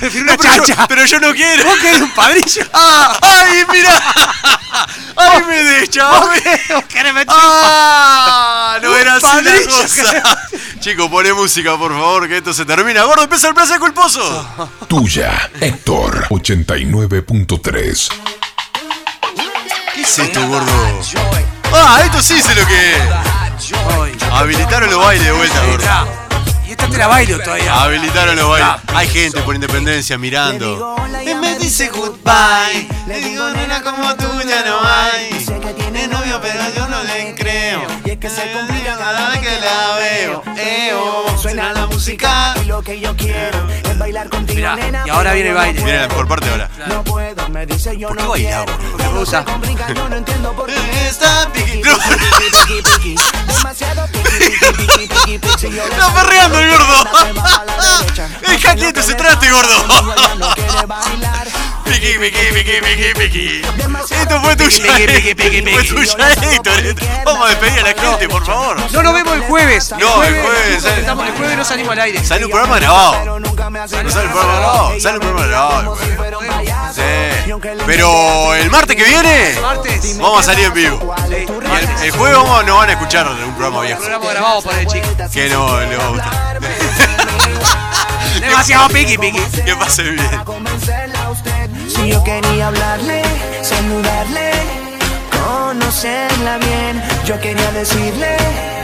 Speaker 5: Prefiero una
Speaker 4: No, pero, yo,
Speaker 5: chancha.
Speaker 4: pero yo no quiero.
Speaker 5: ¿Vos querés un padrillo?
Speaker 4: ¡Ah! ¡Ay, mira! ¡Ay, me deschabé!
Speaker 5: ¿Vos querés meter un
Speaker 4: ¡Ah! No
Speaker 5: Un
Speaker 4: era así la
Speaker 5: padrillo.
Speaker 4: cosa. Chicos, poné música, por favor, que esto se termina. Gordo, empieza el placer culposo.
Speaker 1: Tuya, Héctor 89.3.
Speaker 4: ¿Qué es esto, gordo? ¡Ah! Esto sí sé lo que es.
Speaker 5: Ah, Ay,
Speaker 4: Habilitaron los bailes de vuelta, gordo.
Speaker 5: Y esta te la bailo
Speaker 4: Ah.
Speaker 5: todavía.
Speaker 4: Habilitaron los bailes. Hay gente por independencia mirando. Y me dice goodbye. Le digo, nena, como tú ya no hay. Tiene novio, pero yo no le creo. Y es que se complica cada vez que la veo. Eh, oh, Suena la música.
Speaker 10: Lo que yo quiero es bailar contigo,
Speaker 5: Mirá,
Speaker 10: nena.
Speaker 5: y ahora viene el baile.
Speaker 4: Viene la mejor parte ahora.
Speaker 10: No puedo, me dice yo
Speaker 4: ¿Por qué
Speaker 10: no
Speaker 4: bailaba,
Speaker 10: quiero.
Speaker 4: boludo?
Speaker 5: Me gusta.
Speaker 10: Brinca, yo no entiendo por qué.
Speaker 4: Está piqui- No,
Speaker 10: Piqui, piqui, piqui. Demasiado piqui, piqui, piqui, piqui, piqui. Si yo le
Speaker 4: Está perreando el gordo.
Speaker 10: Una se va pa' la derecha.
Speaker 4: Deja quieto ese traste, gordo.
Speaker 10: Ella no quiere bailar.
Speaker 4: Piqui, piqui, piqui, piqui, piqui. Esto fue tuya.
Speaker 5: Piqui, piqui, piqui, piqui.
Speaker 4: Fue tuya, Héctor. Vamos a despedir a la gente, por favor.
Speaker 5: No nos vemos el jueves.
Speaker 4: No, el jueves, eh.
Speaker 5: Estamos el jueves no salimos al aire.
Speaker 4: Sale un programa grabado.
Speaker 10: Pero nunca me hace
Speaker 4: No
Speaker 10: caso.
Speaker 4: sale el programa grabado. Sale un programa grabado.
Speaker 10: Como si
Speaker 4: güey.
Speaker 10: fuera un payaso. Y aunque
Speaker 4: Sí.
Speaker 10: le
Speaker 4: Pero el martes que viene
Speaker 5: Martes.
Speaker 4: vamos a salir en vivo.
Speaker 10: ¿Cuál es
Speaker 5: Sí.
Speaker 10: tu
Speaker 4: Y el, el jueves vamos, nos van a escuchar un programa viejo.
Speaker 5: Programa grabado por el chico.
Speaker 4: Que no le va a gustar.
Speaker 5: Demasiado piqui, piqui.
Speaker 4: Que pase bien.
Speaker 10: convencerla a usted. Si yo quería hablarle, saludarle, conocerla bien. Yo quería decirle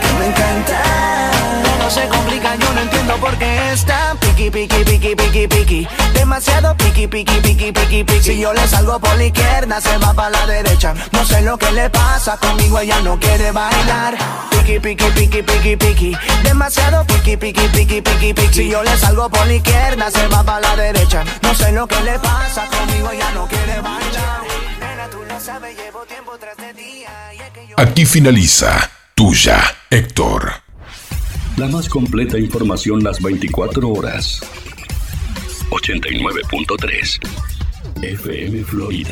Speaker 10: que me encanta. No se complica, yo no entiendo por qué está piqui, piqui, piqui, piqui, piqui. Demasiado piqui, piqui, piqui, piqui, piqui. Si yo le salgo por la izquierda, se va para la derecha. No sé lo que le pasa conmigo, ella no quiere bailar. Piqui, piqui, piqui, piqui, piqui. Demasiado piqui, piqui, piqui, piqui, piqui. Si yo le salgo por la izquierda, se va para la derecha. No sé lo que le pasa conmigo, ella no quiere bailar. Nena, tú lo sabes, llevo tiempo tras de ti. Ay, es que yo-
Speaker 1: Aquí finaliza Tuya, Héctor.
Speaker 13: La más completa información las 24 horas. 89.3 FM Florida.